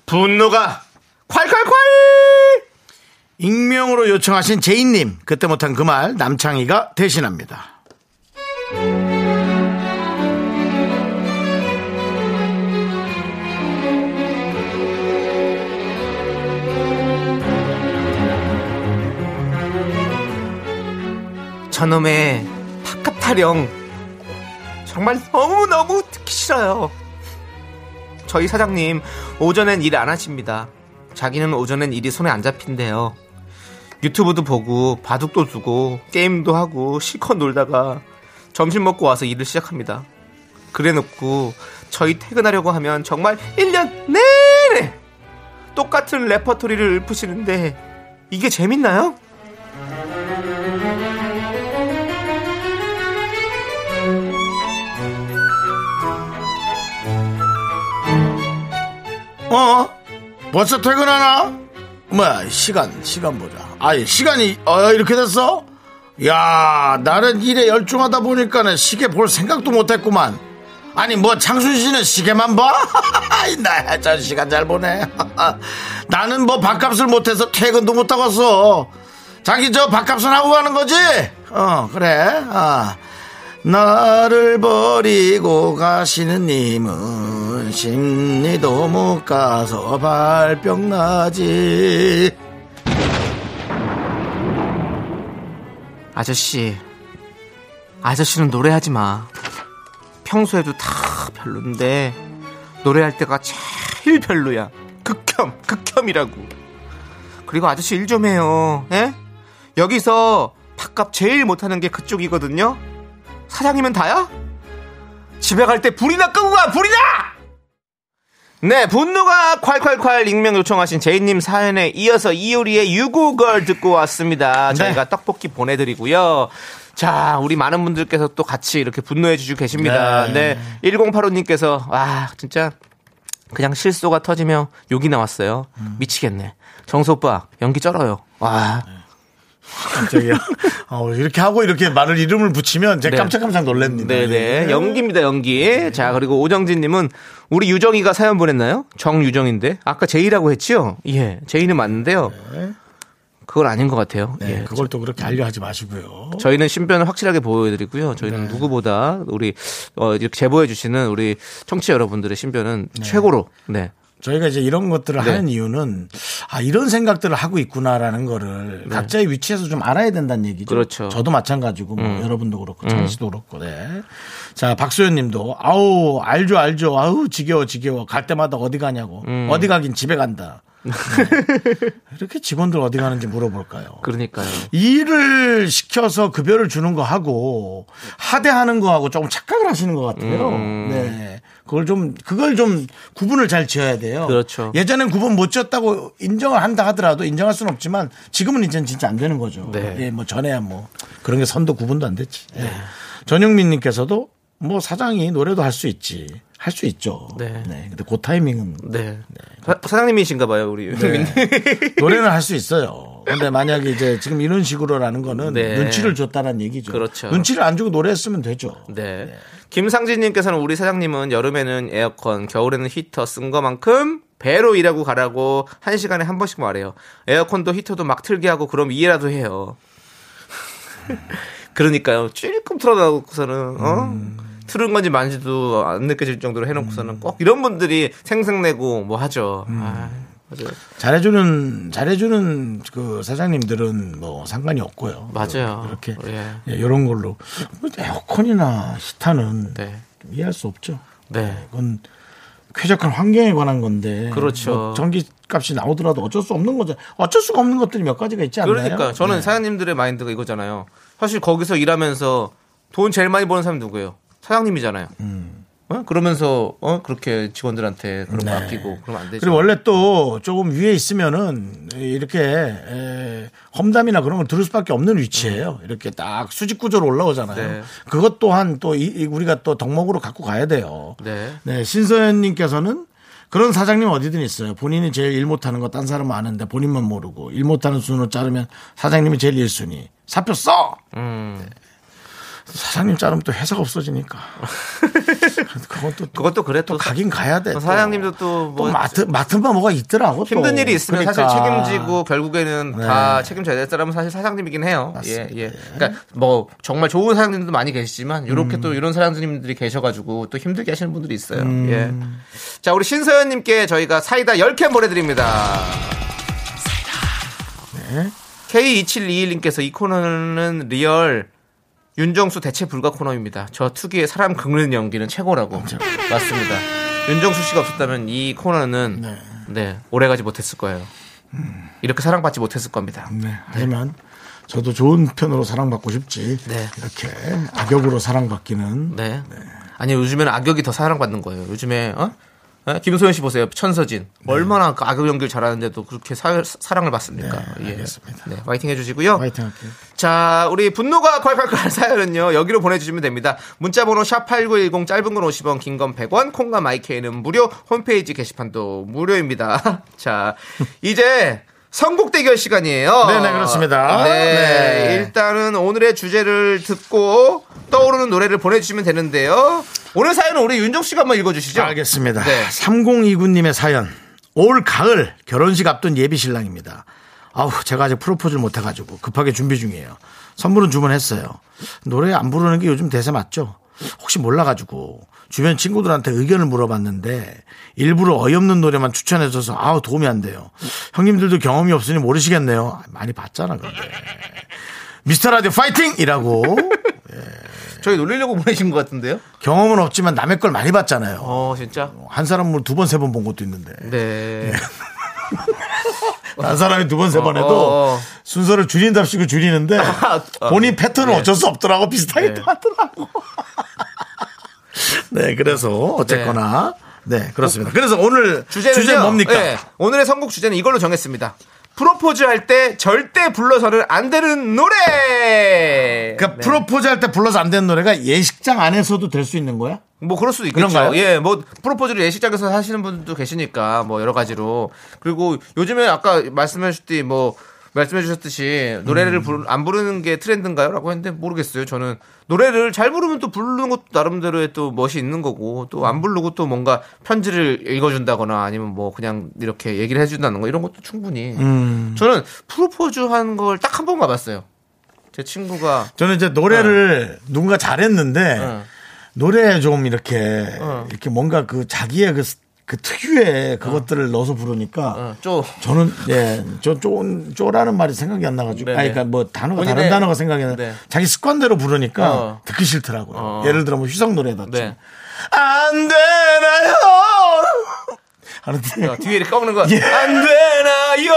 [SPEAKER 2] 분노가 콸콸콸.
[SPEAKER 1] 익명으로 요청하신 제이님 그때 못한 그 말 남창희가 대신합니다.
[SPEAKER 2] 저놈의 바깥 타령 정말 너무너무 듣기 싫어요 저희 사장님 오전엔 일 안 하십니다 자기는 오전엔 일이 손에 안 잡힌대요 유튜브도 보고 바둑도 두고 게임도 하고 실컷 놀다가 점심 먹고 와서 일을 시작합니다 그래놓고 저희 퇴근하려고 하면 정말 1년 내내 똑같은 레퍼토리를 읊으시는데 이게 재밌나요?
[SPEAKER 1] 어? 벌써 퇴근하나? 뭐야, 시간, 시간 보자. 아니, 시간이, 어, 이렇게 됐어? 야, 나는 일에 열중하다 보니까는 시계 볼 생각도 못 했구만. 아니, 뭐, 창순 씨는 시계만 봐? 나, 전 시간 잘 보네. 나는 뭐, 밥값을 못해서 퇴근도 못하고 왔어. 자기 저 밥값은 하고 가는 거지? 어, 그래. 아. 나를 버리고 가시는 님은 심리도 못 가서 발병 나지.
[SPEAKER 2] 아저씨, 아저씨는 노래하지 마. 평소에도 다 별론데 노래할 때가 제일 별로야. 극혐, 극혐이라고. 그리고 아저씨 일 좀 해요. 예? 여기서 밥값 제일 못하는 게 그쪽이거든요. 사장이면 다야? 집에 갈 때 불이나 끄고 가, 불이나! 네, 분노가 콸콸콸 익명 요청하신 제이님 사연에 이어서 이효리의 유고걸 듣고 왔습니다. 저희가 떡볶이 보내드리고요. 자, 우리 많은 분들께서 또 같이 이렇게 분노해주시고 계십니다. 네, 1085님께서, 아, 진짜 그냥 실소가 터지며 욕이 나왔어요. 미치겠네. 정수 오빠 연기 쩔어요. 와
[SPEAKER 1] 깜짝이야. 어, 이렇게 하고 이렇게 말을 이름을 붙이면 제가
[SPEAKER 2] 네.
[SPEAKER 1] 깜짝깜짝 놀랍니다.
[SPEAKER 2] 네네.
[SPEAKER 1] 예.
[SPEAKER 2] 연기입니다, 연기. 자, 그리고 오정진님은 우리 유정이가 사연 보냈나요? 정유정인데. 아까 제이라고 했지요? 예. 제이는 맞는데요. 그건 아닌 것 같아요.
[SPEAKER 1] 네,
[SPEAKER 2] 예.
[SPEAKER 1] 그걸 또 그렇게 알려하지 마시고요.
[SPEAKER 2] 저희는 신변을 확실하게 보여드리고요. 저희는 누구보다 우리 어, 이렇게 제보해주시는 우리 청취자 여러분들의 신변은 최고로. 네.
[SPEAKER 1] 저희가 이제 이런 것들을
[SPEAKER 2] 네.
[SPEAKER 1] 하는 이유는 아 이런 생각들을 하고 있구나라는 거를 각자의 위치에서 좀 알아야 된다는 얘기죠.
[SPEAKER 2] 네. 그렇죠. 음.
[SPEAKER 1] 저도 마찬가지고 뭐 여러분도 그렇고 찬 씨도 그렇고 네. 자 박소연님도 아우 알죠 알죠 아우 지겨워 지겨워 갈 때마다 어디 가냐고
[SPEAKER 2] 음.
[SPEAKER 1] 어디 가긴 집에 간다. 네. 이렇게 직원들 어디 가는지 물어볼까요?
[SPEAKER 2] 그러니까요.
[SPEAKER 1] 일을 시켜서 급여를 주는 거 하고 하대하는 거 하고 조금 착각을 하시는 것 같아요.
[SPEAKER 2] 음.
[SPEAKER 1] 네. 그걸 좀 그걸 좀 구분을 잘 지어야 돼요.
[SPEAKER 2] 그렇죠.
[SPEAKER 1] 예전엔 구분 못 지었다고 인정을 한다 하더라도 인정할 수는 없지만 지금은 이제 진짜 안 되는 거죠.
[SPEAKER 2] 네.
[SPEAKER 1] 예, 뭐 전에야 뭐 그런 게 선도 구분도 안 됐지. 예. 전용민 님께서도 뭐 사장이 노래도 할 수 있지. 할 수 있죠.
[SPEAKER 2] 네.
[SPEAKER 1] 근데 그 타이밍은
[SPEAKER 2] 네. 사- 사장님이신가 봐요, 우리 유정민 님.
[SPEAKER 1] 노래는 할 수 있어요. 근데 만약에 이제 지금 이런 식으로라는 거는
[SPEAKER 2] 네.
[SPEAKER 1] 눈치를 줬다는 얘기죠.
[SPEAKER 2] 그렇죠.
[SPEAKER 1] 눈치를 안 주고 노래했으면 되죠.
[SPEAKER 2] 네. 김상진님께서는 우리 사장님은 여름에는 에어컨, 겨울에는 히터 쓴 거만큼 배로 일하고 가라고 한 시간에 한 번씩 말해요. 에어컨도 히터도 막 틀게 하고 그럼 이해라도 해요. 그러니까요. 찔끔 틀어놓고서는 어 틀은 건지 만지도 안 느껴질 정도로 해놓고서는 꼭 이런 분들이 생색내고 뭐 하죠. 아, 맞아요.
[SPEAKER 1] 잘해주는 잘해주는 그 사장님들은 뭐 상관이 없고요.
[SPEAKER 2] 맞아요.
[SPEAKER 1] 그렇게
[SPEAKER 2] 예.
[SPEAKER 1] 예, 이런 걸로 뭐 에어컨이나 히타는
[SPEAKER 2] 네.
[SPEAKER 1] 이해할 수 없죠.
[SPEAKER 2] 네.
[SPEAKER 1] 그건 쾌적한 환경에 관한 건데 뭐
[SPEAKER 2] 그렇죠.
[SPEAKER 1] 전기값이 나오더라도 어쩔 수 없는 거죠. 어쩔 수가 없는 것들이 몇 가지가 있지 않나요? 네.
[SPEAKER 2] 그러니까 저는 사장님들의 마인드가 이거잖아요. 사실 거기서 일하면서 돈 제일 많이 버는 사람이 누구예요? 사장님이잖아요.
[SPEAKER 1] 음.
[SPEAKER 2] 어? 그러면서 어? 그렇게 직원들한테 그런 거 아끼고 그러면 안 되죠.
[SPEAKER 1] 네. 그리고 원래 또 조금 위에 있으면은 이렇게 에, 험담이나 그런 걸 들을 수밖에 없는 위치예요. 이렇게 딱 수직 구조로 올라오잖아요.
[SPEAKER 2] 음. 네.
[SPEAKER 1] 그것 또한 또 이- 이 우리가 또 덕목으로 갖고 가야 돼요.
[SPEAKER 2] 네.
[SPEAKER 1] 신서연님께서는 그런 사장님 어디든 있어요. 본인이 제일 일 못하는 거 딴 사람은 아는데 본인만 모르고 일 못하는 순으로 자르면 사장님이 제일 일순위 사표 써.
[SPEAKER 2] 음.
[SPEAKER 1] 네. 사장님 자르면 또 회사가 없어지니까. 그것도 또
[SPEAKER 2] 그것도 그래 또
[SPEAKER 1] 또 가긴 가야 돼.
[SPEAKER 2] 또 사장님도 또뭐
[SPEAKER 1] 마트 맡은 바 뭐가 있더라고. 또.
[SPEAKER 2] 힘든 일이 있으면 사실
[SPEAKER 1] 그러니까. 네.
[SPEAKER 2] 책임지고 결국에는 다 책임져야 될 사람은 사실 사장님이긴 해요. 예, 예. 그러니까 뭐 정말 좋은 사장님도 많이 계시지만 이렇게 또 이런 사장님들이 계셔가지고 또 힘들게 하시는 분들이 있어요. 예. 자, 우리 신서연님께 저희가 사이다 10캔 보내드립니다. 네. K2721님께서 이 코너는 리얼 윤정수 대체 불가 코너입니다. 저 특유의 사람 긁는 연기는 최고라고. 맞습니다. 윤정수 씨가 없었다면 이 코너는 네, 음. 오래가지 못했을 거예요. 이렇게 사랑받지 못했을 겁니다.
[SPEAKER 1] 네. 하지만 저도 좋은 편으로 사랑받고 싶지.
[SPEAKER 2] 네.
[SPEAKER 1] 이렇게 악역으로 사랑받기는
[SPEAKER 2] 네. 아니 요즘에는 악역이 더 사랑받는 거예요. 요즘에 어? 어? 김소연 씨 보세요. 천서진 얼마나 그 악역 연기를 잘하는데도 그렇게 사, 랑을 받습니까? 예. 네, 화이팅 해주시고요.
[SPEAKER 1] 파이팅 할게요.
[SPEAKER 2] 자, 우리 분노가 콸콸콸 사연은요, 여기로 보내주시면 됩니다. 문자번호 샵8910, 짧은 건 50원, 긴 건 100원, 콩과 마이케이는 무료, 홈페이지 게시판도 무료입니다. 자, 이제 선곡 대결 시간이에요.
[SPEAKER 1] 네네, 그렇습니다.
[SPEAKER 2] 네,
[SPEAKER 1] 네.
[SPEAKER 2] 일단은 오늘의 주제를 듣고 떠오르는 노래를 보내주시면 되는데요. 오늘 사연은 우리 윤정 씨가 한번 읽어주시죠.
[SPEAKER 1] 알겠습니다.
[SPEAKER 2] 네.
[SPEAKER 1] 3029님의 사연. 올 가을 결혼식 앞둔 예비 신랑입니다. 아우, 제가 아직 프로포즈를 못해가지고 급하게 준비 중이에요. 선물은 주문했어요. 노래 안 부르는 게 요즘 대세 맞죠? 혹시 몰라가지고 주변 친구들한테 의견을 물어봤는데 일부러 어이없는 노래만 추천해줘서 아우 도움이 안 돼요. 형님들도 경험이 없으니 모르시겠네요. 많이 봤잖아 근데. 미스터 라디오 파이팅이라고
[SPEAKER 2] 저희 놀리려고 보내신 것 같은데요.
[SPEAKER 1] 경험은 없지만 남의 걸 많이 봤잖아요.
[SPEAKER 2] 어, 진짜?
[SPEAKER 1] 한 사람을 뭐 두 번 세 번 본 것도 있는데
[SPEAKER 2] 네.
[SPEAKER 1] 한 사람이 두 번 세 번
[SPEAKER 2] 어,
[SPEAKER 1] 해도
[SPEAKER 2] 어.
[SPEAKER 1] 순서를 줄인답시고 줄이는데
[SPEAKER 2] 아,
[SPEAKER 1] 본인 패턴은 어쩔 수 없더라고 비슷하게
[SPEAKER 2] 네.
[SPEAKER 1] 또 하더라고 네 그래서 어쨌거나 네, 그렇습니다 그래서 오늘 주제
[SPEAKER 2] 주제는
[SPEAKER 1] 뭡니까
[SPEAKER 2] 예, 오늘의 선곡 주제는 이걸로 정했습니다. 프로포즈 할 때 절대 불러서는 안 되는 노래. 네.
[SPEAKER 1] 그러니까 프로포즈 할 때 불러서 안 되는 노래가 예식장 안에서도 될 수 있는 거야
[SPEAKER 2] 뭐 그럴 수도 있겠죠.
[SPEAKER 1] 그런가요?
[SPEAKER 2] 예, 뭐 프로포즈를 예식장에서 하시는 분들도 계시니까 뭐 여러 가지로 그리고 요즘에 아까 말씀하셨듯이 뭐 말씀해 주셨듯이
[SPEAKER 1] 음.
[SPEAKER 2] 노래를 부르, 안 부르는 게 트렌드인가요?라고 했는데 모르겠어요. 저는 노래를 잘 부르면 또 부르는 것도 나름대로의 또 멋이 있는 거고 또 안 부르고 또 뭔가 편지를 읽어준다거나 아니면 뭐 그냥 이렇게 얘기를 해준다는 거 이런 것도 충분히
[SPEAKER 1] 음.
[SPEAKER 2] 저는 프로포즈 한 걸 딱 한 번 가봤어요. 제 친구가
[SPEAKER 1] 저는 이제 노래를 누군가 잘했는데
[SPEAKER 2] 어.
[SPEAKER 1] 노래에 좀 이렇게 이렇게 뭔가 그 자기의 그, 스- 그 특유의 그것들을 넣어서 부르니까
[SPEAKER 2] 어, 좀
[SPEAKER 1] 저는 예, 예저쪼 쪼라는 말이 생각이 안 나가지고
[SPEAKER 2] 네네.
[SPEAKER 1] 아니 그러니까 뭐 단어가 다른
[SPEAKER 2] 본인의-
[SPEAKER 1] 단어가 생각이 안 나.
[SPEAKER 2] 네.
[SPEAKER 1] 자기 습관대로 부르니까
[SPEAKER 2] 어.
[SPEAKER 1] 듣기 싫더라고요.
[SPEAKER 2] 어.
[SPEAKER 1] 예를 들어 뭐 휘성 노래다.
[SPEAKER 2] 네.
[SPEAKER 1] 안 되나요? 하는데
[SPEAKER 2] 어, 뒤에 이렇게 꺾는 거.
[SPEAKER 1] 예.
[SPEAKER 2] 안 되나요?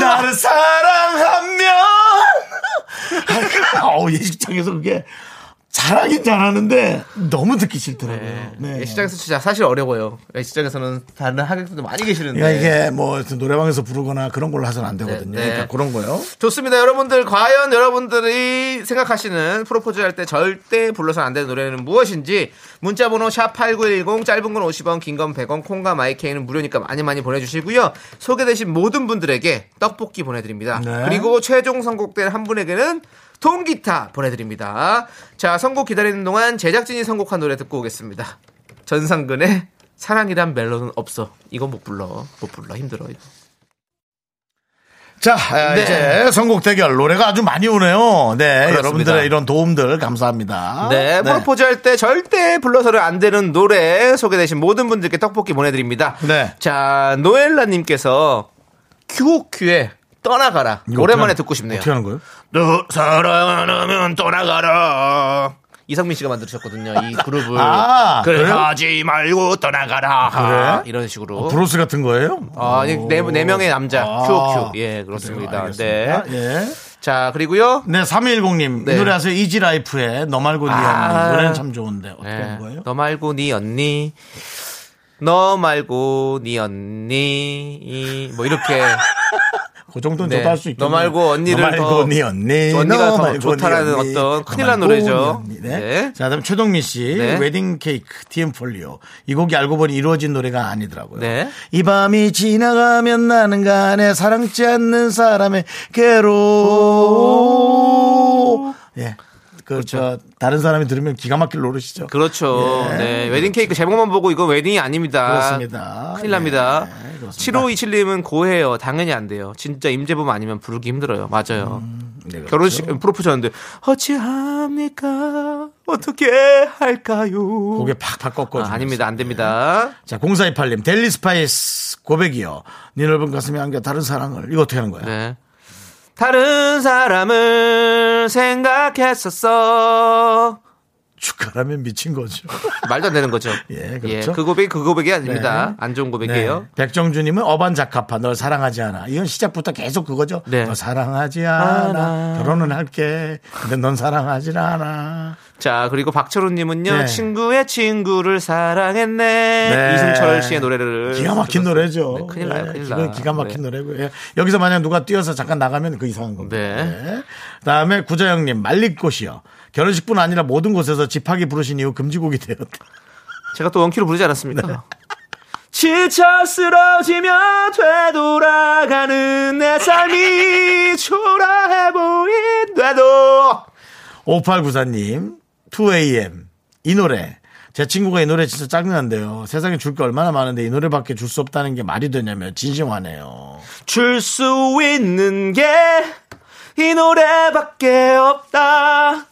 [SPEAKER 1] 나를 사랑하면 어우 예식장에서 그게 잘하긴 잘하는데 너무 듣기 싫더라고요. 네.
[SPEAKER 2] 예식장에서 진짜 사실 어려워요. 예식장에서는 다른 하객들도 많이 계시는데.
[SPEAKER 1] 그러니까 이게 뭐 하여튼 노래방에서 부르거나 그런 걸로 해서는 안 되거든요.
[SPEAKER 2] 네, 네.
[SPEAKER 1] 그러니까 그런 거요.
[SPEAKER 2] 좋습니다. 여러분들, 과연 여러분들이 생각하시는 프로포즈 할 때 절대 불러서는 안 되는 노래는 무엇인지 문자번호 샵8910 짧은 건 50원, 긴 건 100원, 콩과 마이케이는 무료니까 많이 많이 보내주시고요. 소개되신 모든 분들에게 떡볶이 보내드립니다.
[SPEAKER 1] 네.
[SPEAKER 2] 그리고 최종 선곡된 한 분에게는 통기타 보내드립니다. 자, 선곡 기다리는 동안 제작진이 선곡한 노래 듣고 오겠습니다. 전상근의 사랑이란 멜로는 없어. 이건 못 불러. 못 불러. 힘들어. 이거.
[SPEAKER 1] 자, 아,
[SPEAKER 2] 네.
[SPEAKER 1] 이제 선곡 대결 노래가 아주 많이 오네요. 네, 여러분들의 이런 도움들 감사합니다.
[SPEAKER 2] 네, 프로포즈 할 때 절대 불러서는 안 되는 노래 소개되신 모든 분들께 떡볶이 보내드립니다.
[SPEAKER 1] 네.
[SPEAKER 2] 자, 노엘라님께서 QOQ의 떠나가라.
[SPEAKER 1] 이거
[SPEAKER 2] 오랜만에
[SPEAKER 1] 어떻게 하는-
[SPEAKER 2] 듣고 싶네요.
[SPEAKER 1] 어떻게 하는 거예요?
[SPEAKER 2] 너 사랑 안 하면 떠나가라. 이상민 씨가 만드셨거든요. 이 그룹을.
[SPEAKER 1] 아,
[SPEAKER 2] 그래,
[SPEAKER 1] 그래요? 아,
[SPEAKER 2] 하지 말고 떠나가라.
[SPEAKER 1] 그래?
[SPEAKER 2] 이런 식으로.
[SPEAKER 1] 브로스 같은 거예요?
[SPEAKER 2] 아, 이 네, 네 명의 남자.
[SPEAKER 1] 아.
[SPEAKER 2] QOQ. 예,
[SPEAKER 1] 그래요,
[SPEAKER 2] 그렇습니다. 네.
[SPEAKER 1] 알겠습니다. 예.
[SPEAKER 2] 자, 그리고요.
[SPEAKER 1] 네, 3210님.
[SPEAKER 2] 네.
[SPEAKER 1] 이 노래 하세요. 이지라이프의 너 말고 니
[SPEAKER 2] 아.
[SPEAKER 1] 언니. 노래는 참 좋은데. 어떤
[SPEAKER 2] 네.
[SPEAKER 1] 거예요?
[SPEAKER 2] 너 말고 니 언니. 너 말고 니 언니. 이- 뭐 이렇게
[SPEAKER 1] 그 정도는
[SPEAKER 2] 네.
[SPEAKER 1] 저도 할 수 있겠네요.
[SPEAKER 2] 너 말고 언니를
[SPEAKER 1] 너 말고
[SPEAKER 2] 더-
[SPEAKER 1] 니 언니.
[SPEAKER 2] 언니가
[SPEAKER 1] 너
[SPEAKER 2] 더
[SPEAKER 1] 말고
[SPEAKER 2] 좋다라는
[SPEAKER 1] 니 언니.
[SPEAKER 2] 어떤 큰일
[SPEAKER 1] 너
[SPEAKER 2] 난
[SPEAKER 1] 말고
[SPEAKER 2] 노래죠.
[SPEAKER 1] 니 언니. 네.
[SPEAKER 2] 네.
[SPEAKER 1] 자, 다음 최동민 씨.
[SPEAKER 2] 네.
[SPEAKER 1] 웨딩 케이크 TM 폴리오. 이 곡이 알고 보니 이루어진 노래가 아니더라고요.
[SPEAKER 2] 네.
[SPEAKER 1] 이 밤이 지나가면 나는 간에 사랑치 않는 사람의 괴로움. 예. 그, 저, 다른 사람이 들으면 기가 막힐 노릇이죠.
[SPEAKER 2] 그렇죠.
[SPEAKER 1] 예.
[SPEAKER 2] 네. 웨딩 케이크 제목만 보고 이건 웨딩이 아닙니다.
[SPEAKER 1] 그렇습니다.
[SPEAKER 2] 큰일 납니다.
[SPEAKER 1] 네, 그렇습니다.
[SPEAKER 2] 7527님은 고해요. 당연히 안 돼요. 진짜 임재범 아니면 부르기 힘들어요. 맞아요.
[SPEAKER 1] 음, 네, 그렇죠.
[SPEAKER 2] 결혼식 프로포즈하는데 어찌합니까? 어떻게 할까요?
[SPEAKER 1] 고개 예. 팍팍 꺾어.
[SPEAKER 2] 아, 아닙니다. 안 됩니다.
[SPEAKER 1] 자, 0428님, 델리 스파이스 고백이요. 네 넓은 가슴에 안겨 다른 사랑을. 이거 어떻게 하는 거야?
[SPEAKER 2] 네. 다른 사람을 생각했었어.
[SPEAKER 1] 축하라면 미친 거죠.
[SPEAKER 2] 말도 안 되는 거죠.
[SPEAKER 1] 예, 그렇죠. 네.
[SPEAKER 2] 그 고백이 그 고백이 아닙니다. 안 좋은 고백이에요.
[SPEAKER 1] 백정주님은 어반자카파, 널 사랑하지 않아. 이건 시작부터 계속 그거죠.
[SPEAKER 2] 네.
[SPEAKER 1] 널 사랑하지 않아.
[SPEAKER 2] 알아.
[SPEAKER 1] 결혼은 할게. 근데 넌 사랑하지 않아.
[SPEAKER 2] 자, 그리고 박철우님은요.
[SPEAKER 1] 네.
[SPEAKER 2] 친구의 친구를 사랑했네.
[SPEAKER 1] 네.
[SPEAKER 2] 이승철 씨의 노래를.
[SPEAKER 1] 기가 막힌
[SPEAKER 2] 들었어요.
[SPEAKER 1] 노래죠.
[SPEAKER 2] 네, 큰일 나요,
[SPEAKER 1] 예,
[SPEAKER 2] 큰일
[SPEAKER 1] 이건
[SPEAKER 2] 나.
[SPEAKER 1] 기가 막힌
[SPEAKER 2] 네.
[SPEAKER 1] 노래고요. 예. 여기서 만약 누가 뛰어서 잠깐 나가면 그 이상한 겁니다.
[SPEAKER 2] 네.
[SPEAKER 1] 다음에 구자영님 말리꽃이요. 결혼식뿐 아니라 모든 곳에서 집하기 부르신 이후 금지곡이 되었다.
[SPEAKER 2] 제가 또 원키로 부르지 않았습니까?
[SPEAKER 1] 네.
[SPEAKER 2] 지쳐 쓰러지며 되돌아가는 내 삶이 초라해 보인데도
[SPEAKER 1] 5894님, 2AM. 이 노래. 제 친구가 이 노래 진짜 짜증난대요. 세상에 줄 게 얼마나 많은데 이 노래밖에 줄 수 없다는 게 말이 되냐며 진심 화내요.
[SPEAKER 2] 줄 수 있는 게 이 노래밖에 없다.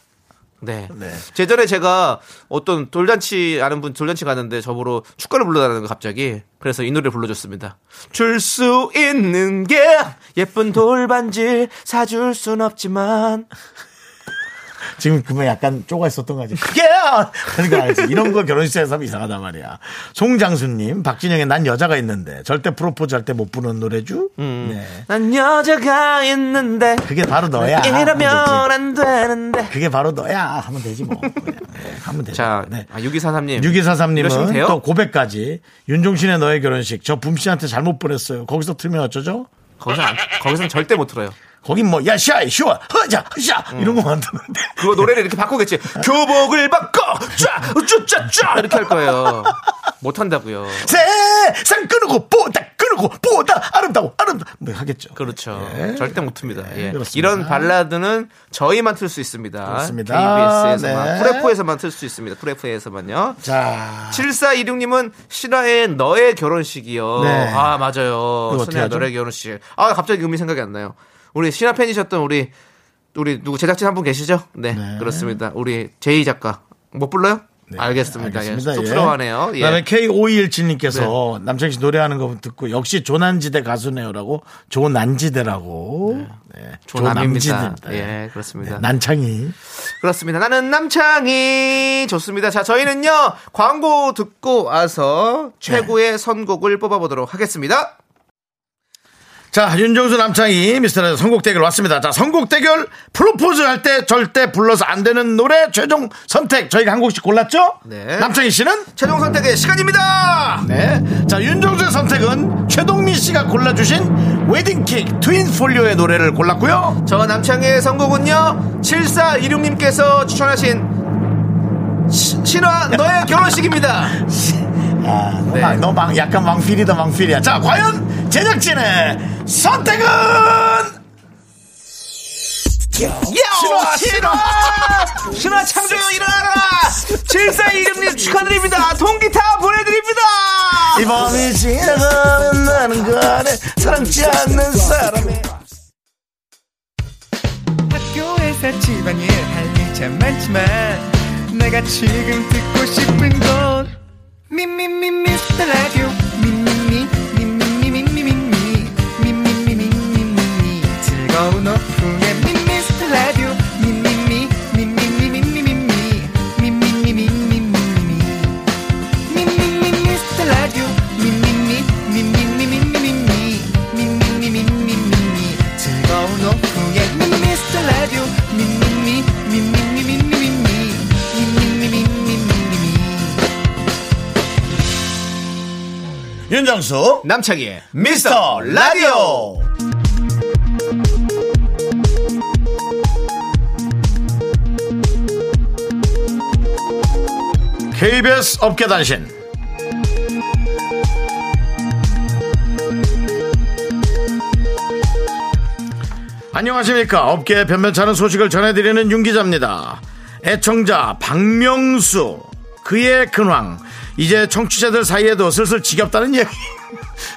[SPEAKER 2] 네.
[SPEAKER 1] 네.
[SPEAKER 2] 예전에 제가 어떤 돌잔치 아는 분 돌잔치 갔는데 저보러 축가를 불러달라는 거 갑자기 그래서 이 노래 불러줬습니다. 줄 수 있는 게 예쁜 돌반지 사줄 순 없지만
[SPEAKER 1] 지금 그만 약간 쪼가 있었던 거지. Yeah! 그러니까 알지. 이런 거 결혼식장에서 하면 이상하단 말이야. 송장수님, 박진영의 난 여자가 있는데 절대 프로포즈 할 때 못 부르는 노래죠? 네.
[SPEAKER 2] 난 여자가 있는데
[SPEAKER 1] 그게 바로 너야. 하면
[SPEAKER 2] 이러면
[SPEAKER 1] 되지.
[SPEAKER 2] 안 되는데.
[SPEAKER 1] 그게 바로 너야. 하면 되지 뭐. 그냥. 네, 하면 되지.
[SPEAKER 2] 자,
[SPEAKER 1] 네.
[SPEAKER 2] 아, 6243님.
[SPEAKER 1] 6243님은
[SPEAKER 2] 이러시면 돼요?
[SPEAKER 1] 또 고백까지 윤종신의 너의 결혼식 저 붐씨한테 잘못 보냈어요 거기서 틀면 어쩌죠
[SPEAKER 2] 거기서 안, 거기서는 절대 못 틀어요.
[SPEAKER 1] 거긴 뭐, 야, 샤, 슈아, 허자, 샤,
[SPEAKER 2] 음.
[SPEAKER 1] 이런 거 만드는데.
[SPEAKER 2] 그거 노래를 이렇게 바꾸겠지. 교복을 바꿔! 쫙! 쭈짜쫙! 이렇게 할 거예요. 못 한다고요.
[SPEAKER 1] 세상 끄르고, 보다 끄르고, 보다 아름다워, 아름다워. 뭐 하겠죠.
[SPEAKER 2] 그렇죠.
[SPEAKER 1] 예.
[SPEAKER 2] 절대 못 틉니다. 예.
[SPEAKER 1] 그렇습니다.
[SPEAKER 2] 이런 발라드는 저희만 틀 수 있습니다.
[SPEAKER 1] 그렇습니다.
[SPEAKER 2] KBS에서만.
[SPEAKER 1] 네.
[SPEAKER 2] 프레포에서만 틀 수 있습니다. 프레포에서만요.
[SPEAKER 1] 자,
[SPEAKER 2] 7426님은 신화의 아. 너의 결혼식이요.
[SPEAKER 1] 네.
[SPEAKER 2] 아, 맞아요.
[SPEAKER 1] 어떻게
[SPEAKER 2] 신화의
[SPEAKER 1] 하죠?
[SPEAKER 2] 너의 결혼식. 아, 갑자기 음이 생각이 안 나요. 우리 신화 팬이셨던 우리, 우리 누구 제작진 한 분 계시죠? 네,
[SPEAKER 1] 네.
[SPEAKER 2] 그렇습니다. 우리 제이 작가. 못 불러요?
[SPEAKER 1] 네,
[SPEAKER 2] 알겠습니다.
[SPEAKER 1] 알겠습니다.
[SPEAKER 2] 예. 쑥스러워하네요. 예. 네.
[SPEAKER 1] 그다음에 K5217님께서 남창희 씨 노래하는 거 듣고 역시 조난지대 가수네요라고 조난지대라고 네.
[SPEAKER 2] 조남입니다.
[SPEAKER 1] 조남지대입니다.
[SPEAKER 2] 예, 그렇습니다.
[SPEAKER 1] 네, 난창이
[SPEAKER 2] 그렇습니다. 나는 남창이 좋습니다. 자, 저희는요 광고 듣고 와서 최고의 선곡을 뽑아보도록 하겠습니다.
[SPEAKER 1] 자 윤정수 남창희 미스터라디오 선곡 대결 왔습니다. 자 선곡 대결 프로포즈 할 때 절대 불러서 안 되는 노래 최종 선택 저희가 한 곡씩 골랐죠?
[SPEAKER 2] 네.
[SPEAKER 1] 남창희 씨는
[SPEAKER 2] 최종 선택의 시간입니다.
[SPEAKER 1] 네. 자, 윤종수의 선택은 최동민 씨가 골라주신 웨딩킥 트윈폴리오의 노래를 골랐고요.
[SPEAKER 2] 저 남창의 선곡은요 7416님께서 추천하신 시- 신화 너의 결혼식입니다.
[SPEAKER 1] 아, 너,
[SPEAKER 2] 네.
[SPEAKER 1] 막- 너 막, 약간 왕필이다, 왕필이야. 자, 과연 제작진의 선택은? 예!
[SPEAKER 2] 야,
[SPEAKER 1] 신화,
[SPEAKER 2] 신화, 신화 창조여 일어나라. 7416님 축하드립니다. 통기타 보내드립니다.
[SPEAKER 1] 이 밤이 지나가면 나는 거네. 사랑치 않는 사람의.
[SPEAKER 5] 학교에서 집안일 할 일 참 많지만 내가 지금 듣고 싶은 건 미미미 미스터 라디오 미미미 미미미 미미미 미미미 미미미 미미미 즐거운 오후에 미미스터 라디오 미미미 미미미 미미미 미미미 미미미 미미미
[SPEAKER 1] 윤정수,
[SPEAKER 2] 남창의
[SPEAKER 1] 미스터 라디오. KBS 업계단신. 안녕하십니까. 업계에 변변찮은 소식을 전해드리는 윤기자입니다. 애청자 박명수 그의 근황 이제 청취자들 사이에도 슬슬 지겹다는 얘기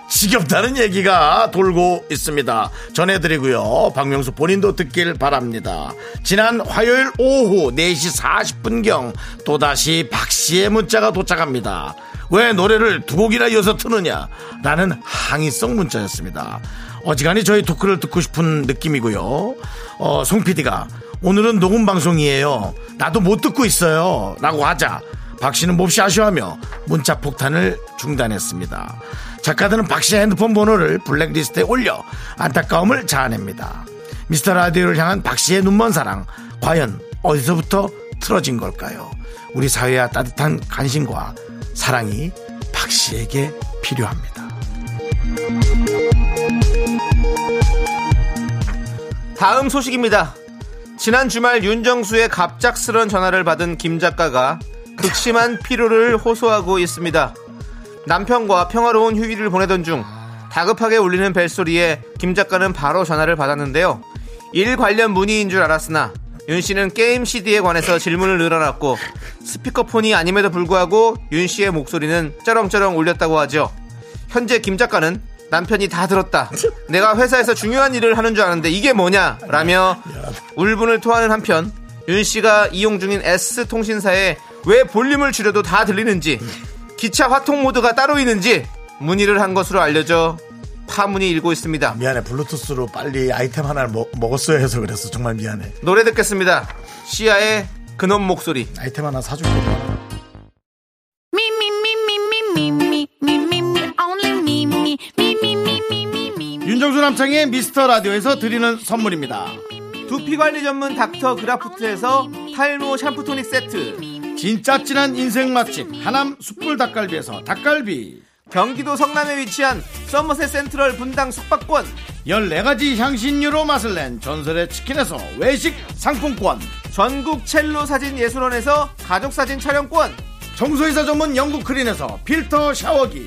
[SPEAKER 1] 지겹다는 얘기가 돌고 있습니다. 전해드리고요. 박명수 본인도 듣길 바랍니다. 지난 화요일 오후 4시 40분경 또다시 박 씨의 문자가 도착합니다. 왜 노래를 두 곡이나 이어서 트느냐? 라는 항의성 문자였습니다. 어지간히 저희 토크를 듣고 싶은 느낌이고요. 어, 송 PD가 오늘은 녹음 방송이에요. 나도 못 듣고 있어요. 라고 하자. 박 씨는 몹시 아쉬워하며 문자 폭탄을 중단했습니다. 작가들은 박 씨의 핸드폰 번호를 블랙리스트에 올려 안타까움을 자아냅니다. 미스터 라디오를 향한 박 씨의 눈먼 사랑. 과연 어디서부터 틀어진 걸까요? 우리 사회와 따뜻한 관심과 사랑이 박 씨에게 필요합니다.
[SPEAKER 2] 다음 소식입니다. 지난 주말 윤정수의 갑작스런 전화를 받은 김 작가가 극심한 피로를 호소하고 있습니다. 남편과 평화로운 휴일을 보내던 중 다급하게 울리는 벨소리에 김 작가는 바로 전화를 받았는데요. 일 관련 문의인 줄 알았으나 윤 씨는 게임 CD에 관해서 질문을 늘어놨고 스피커폰이 아님에도 불구하고 윤 씨의 목소리는 쩌렁쩌렁 울렸다고 하죠. 현재 김 작가는 남편이 다 들었다. 내가 회사에서 중요한 일을 하는 줄 아는데 이게 뭐냐? 라며 울분을 토하는 한편 윤 씨가 이용 중인 S 통신사에 왜 볼륨을 줄여도 다 들리는지 기차 화통 모드가 따로 있는지 문의를 한 것으로 알려져 파문이 일고 있습니다.
[SPEAKER 1] 미안해. 블루투스로 빨리 아이템 하나를 먹, 먹었어야 해서 그랬어. 정말 미안해.
[SPEAKER 2] 노래 듣겠습니다. 시아의 그놈 목소리.
[SPEAKER 1] 아이템 하나 사줄게. 윤정수 남창의 미스터 라디오에서 드리는 선물입니다.
[SPEAKER 2] 두피 관리 전문 닥터 그라프트에서 탈모 샴푸 토닉 세트.
[SPEAKER 1] 진짜 진한 인생 맛집 하남 숯불 닭갈비에서 닭갈비
[SPEAKER 2] 경기도 성남에 위치한 서머셋 센트럴 분당 숙박권.
[SPEAKER 1] 14가지 향신료로 맛을 낸 전설의 치킨에서 외식 상품권
[SPEAKER 2] 전국 첼로 사진 예술원에서 가족 사진 촬영권,
[SPEAKER 1] 청소이사 전문 영국 크린에서 필터 샤워기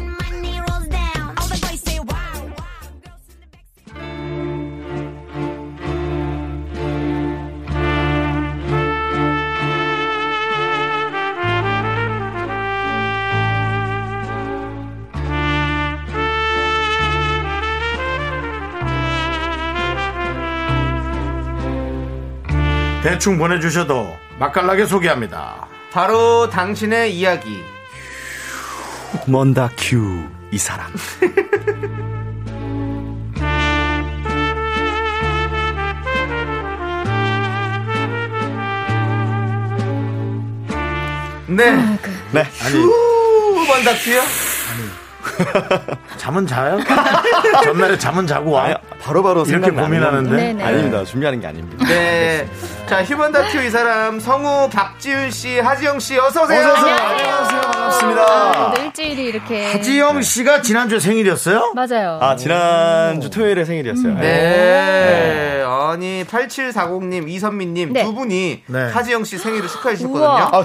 [SPEAKER 4] money rolls down. All the boys say wow.
[SPEAKER 1] 대충 보내주셔도 맛깔나게 소개합니다
[SPEAKER 2] 바로 당신의 이야기.
[SPEAKER 6] 먼다 큐. 이 사람.
[SPEAKER 2] 네.
[SPEAKER 6] 네.
[SPEAKER 2] 후, 번다큐요?
[SPEAKER 1] 잠은 자요? 전날에 잠은 자고
[SPEAKER 6] 아니,
[SPEAKER 1] 와요?
[SPEAKER 6] 바로바로
[SPEAKER 1] 뭐, 이렇게
[SPEAKER 6] 생각이 안
[SPEAKER 1] 고민하는데?
[SPEAKER 6] 나는데?
[SPEAKER 7] 네네.
[SPEAKER 6] 아닙니다. 준비하는 게 아닙니다.
[SPEAKER 2] 네. 자, 휴먼 다큐 이 사람, 성우, 박지윤 씨, 하지영 씨, 어서오세요.
[SPEAKER 6] 안녕하세요.
[SPEAKER 7] 아,
[SPEAKER 6] 반갑습니다.
[SPEAKER 7] 오늘 일주일이 이렇게
[SPEAKER 1] 하지영 씨가 지난주에 생일이었어요?
[SPEAKER 7] 맞아요.
[SPEAKER 6] 아, 지난주 토요일에 생일이었어요.
[SPEAKER 2] 네. 아니, 8740님, 이선민님
[SPEAKER 7] 네.
[SPEAKER 2] 두 분이
[SPEAKER 1] 네.
[SPEAKER 2] 하지영 씨 생일을 축하해 주셨거든요.
[SPEAKER 7] 우와.
[SPEAKER 6] 아,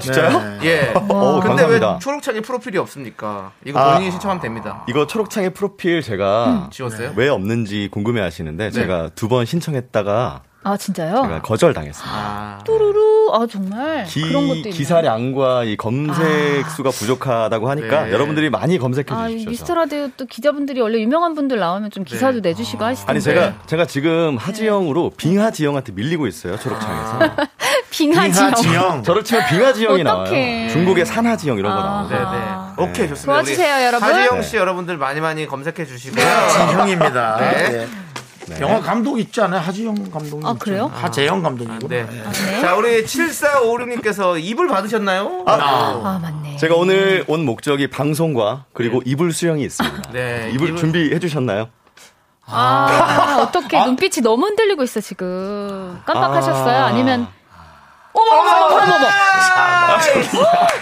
[SPEAKER 1] 네.
[SPEAKER 6] 진짜요?
[SPEAKER 2] 예.
[SPEAKER 6] 어,
[SPEAKER 2] 근데 왜
[SPEAKER 6] 감사합니다.
[SPEAKER 2] 초록창에 프로필이 없습니까? 이거
[SPEAKER 6] 아.
[SPEAKER 2] 본인이 신청하면 됩니다. 음.
[SPEAKER 6] 이거 초록창의 프로필 제가
[SPEAKER 2] 지웠어요?
[SPEAKER 6] 왜 없는지 궁금해 하시는데 제가 두 번 신청했다가
[SPEAKER 7] 아, 진짜요?
[SPEAKER 6] 제가 거절당했습니다.
[SPEAKER 2] 아.
[SPEAKER 7] 뚜루루. 아, 정말 그런 것도
[SPEAKER 6] 기,
[SPEAKER 7] 있네요.
[SPEAKER 6] 기사량과 이 검색 수가 부족하다고 하니까
[SPEAKER 2] 네.
[SPEAKER 6] 그러니까 여러분들이 많이 검색해
[SPEAKER 7] 아, 이
[SPEAKER 6] 주십시오.
[SPEAKER 7] 미스터 라디오 또 기자분들이 원래 유명한 분들 나오면 좀 기사도 내주시고 하시던데.
[SPEAKER 6] 아니 제가 제가 지금 하지영으로
[SPEAKER 7] 네.
[SPEAKER 6] 빙하지영한테 밀리고 있어요 초록창에서
[SPEAKER 7] 빙하지요.
[SPEAKER 1] 아, 이하지영
[SPEAKER 6] 저를 치면 빙하지영이
[SPEAKER 7] 아. 어떡해.
[SPEAKER 6] 나와요 중국의 산하지영 이런 거
[SPEAKER 7] 아.
[SPEAKER 6] 나와요
[SPEAKER 2] 네네.
[SPEAKER 7] 아.
[SPEAKER 2] 오케이 좋습니다.
[SPEAKER 7] 도와주세요,
[SPEAKER 2] 우리
[SPEAKER 7] 여러분.
[SPEAKER 2] 하지영 씨 여러분들 많이 많이 검색해 주시고요.
[SPEAKER 1] 지형입니다
[SPEAKER 2] 네.
[SPEAKER 1] 네. 영화 감독 있지 않아요? 하지영 감독님
[SPEAKER 7] 아, 그래요?
[SPEAKER 1] 하재영 감독이고
[SPEAKER 2] 네.
[SPEAKER 7] 네.
[SPEAKER 2] 자 우리 7456님께서 입을 받으셨나요?
[SPEAKER 6] 어.
[SPEAKER 7] 아, 맞네.
[SPEAKER 6] 제가 오늘 온 목적이 방송과 그리고 이불 수영이 있습니다
[SPEAKER 2] 네,
[SPEAKER 6] 예. 이불
[SPEAKER 2] 이불-
[SPEAKER 6] 준비해 주셨나요?
[SPEAKER 7] 아, 어떻게 눈빛이 너무 흔들리고 있어, 지금. 깜빡하셨어요?
[SPEAKER 6] 아.
[SPEAKER 7] 아니면 어머, 어머, 어머, 어머, 어머.
[SPEAKER 2] 아,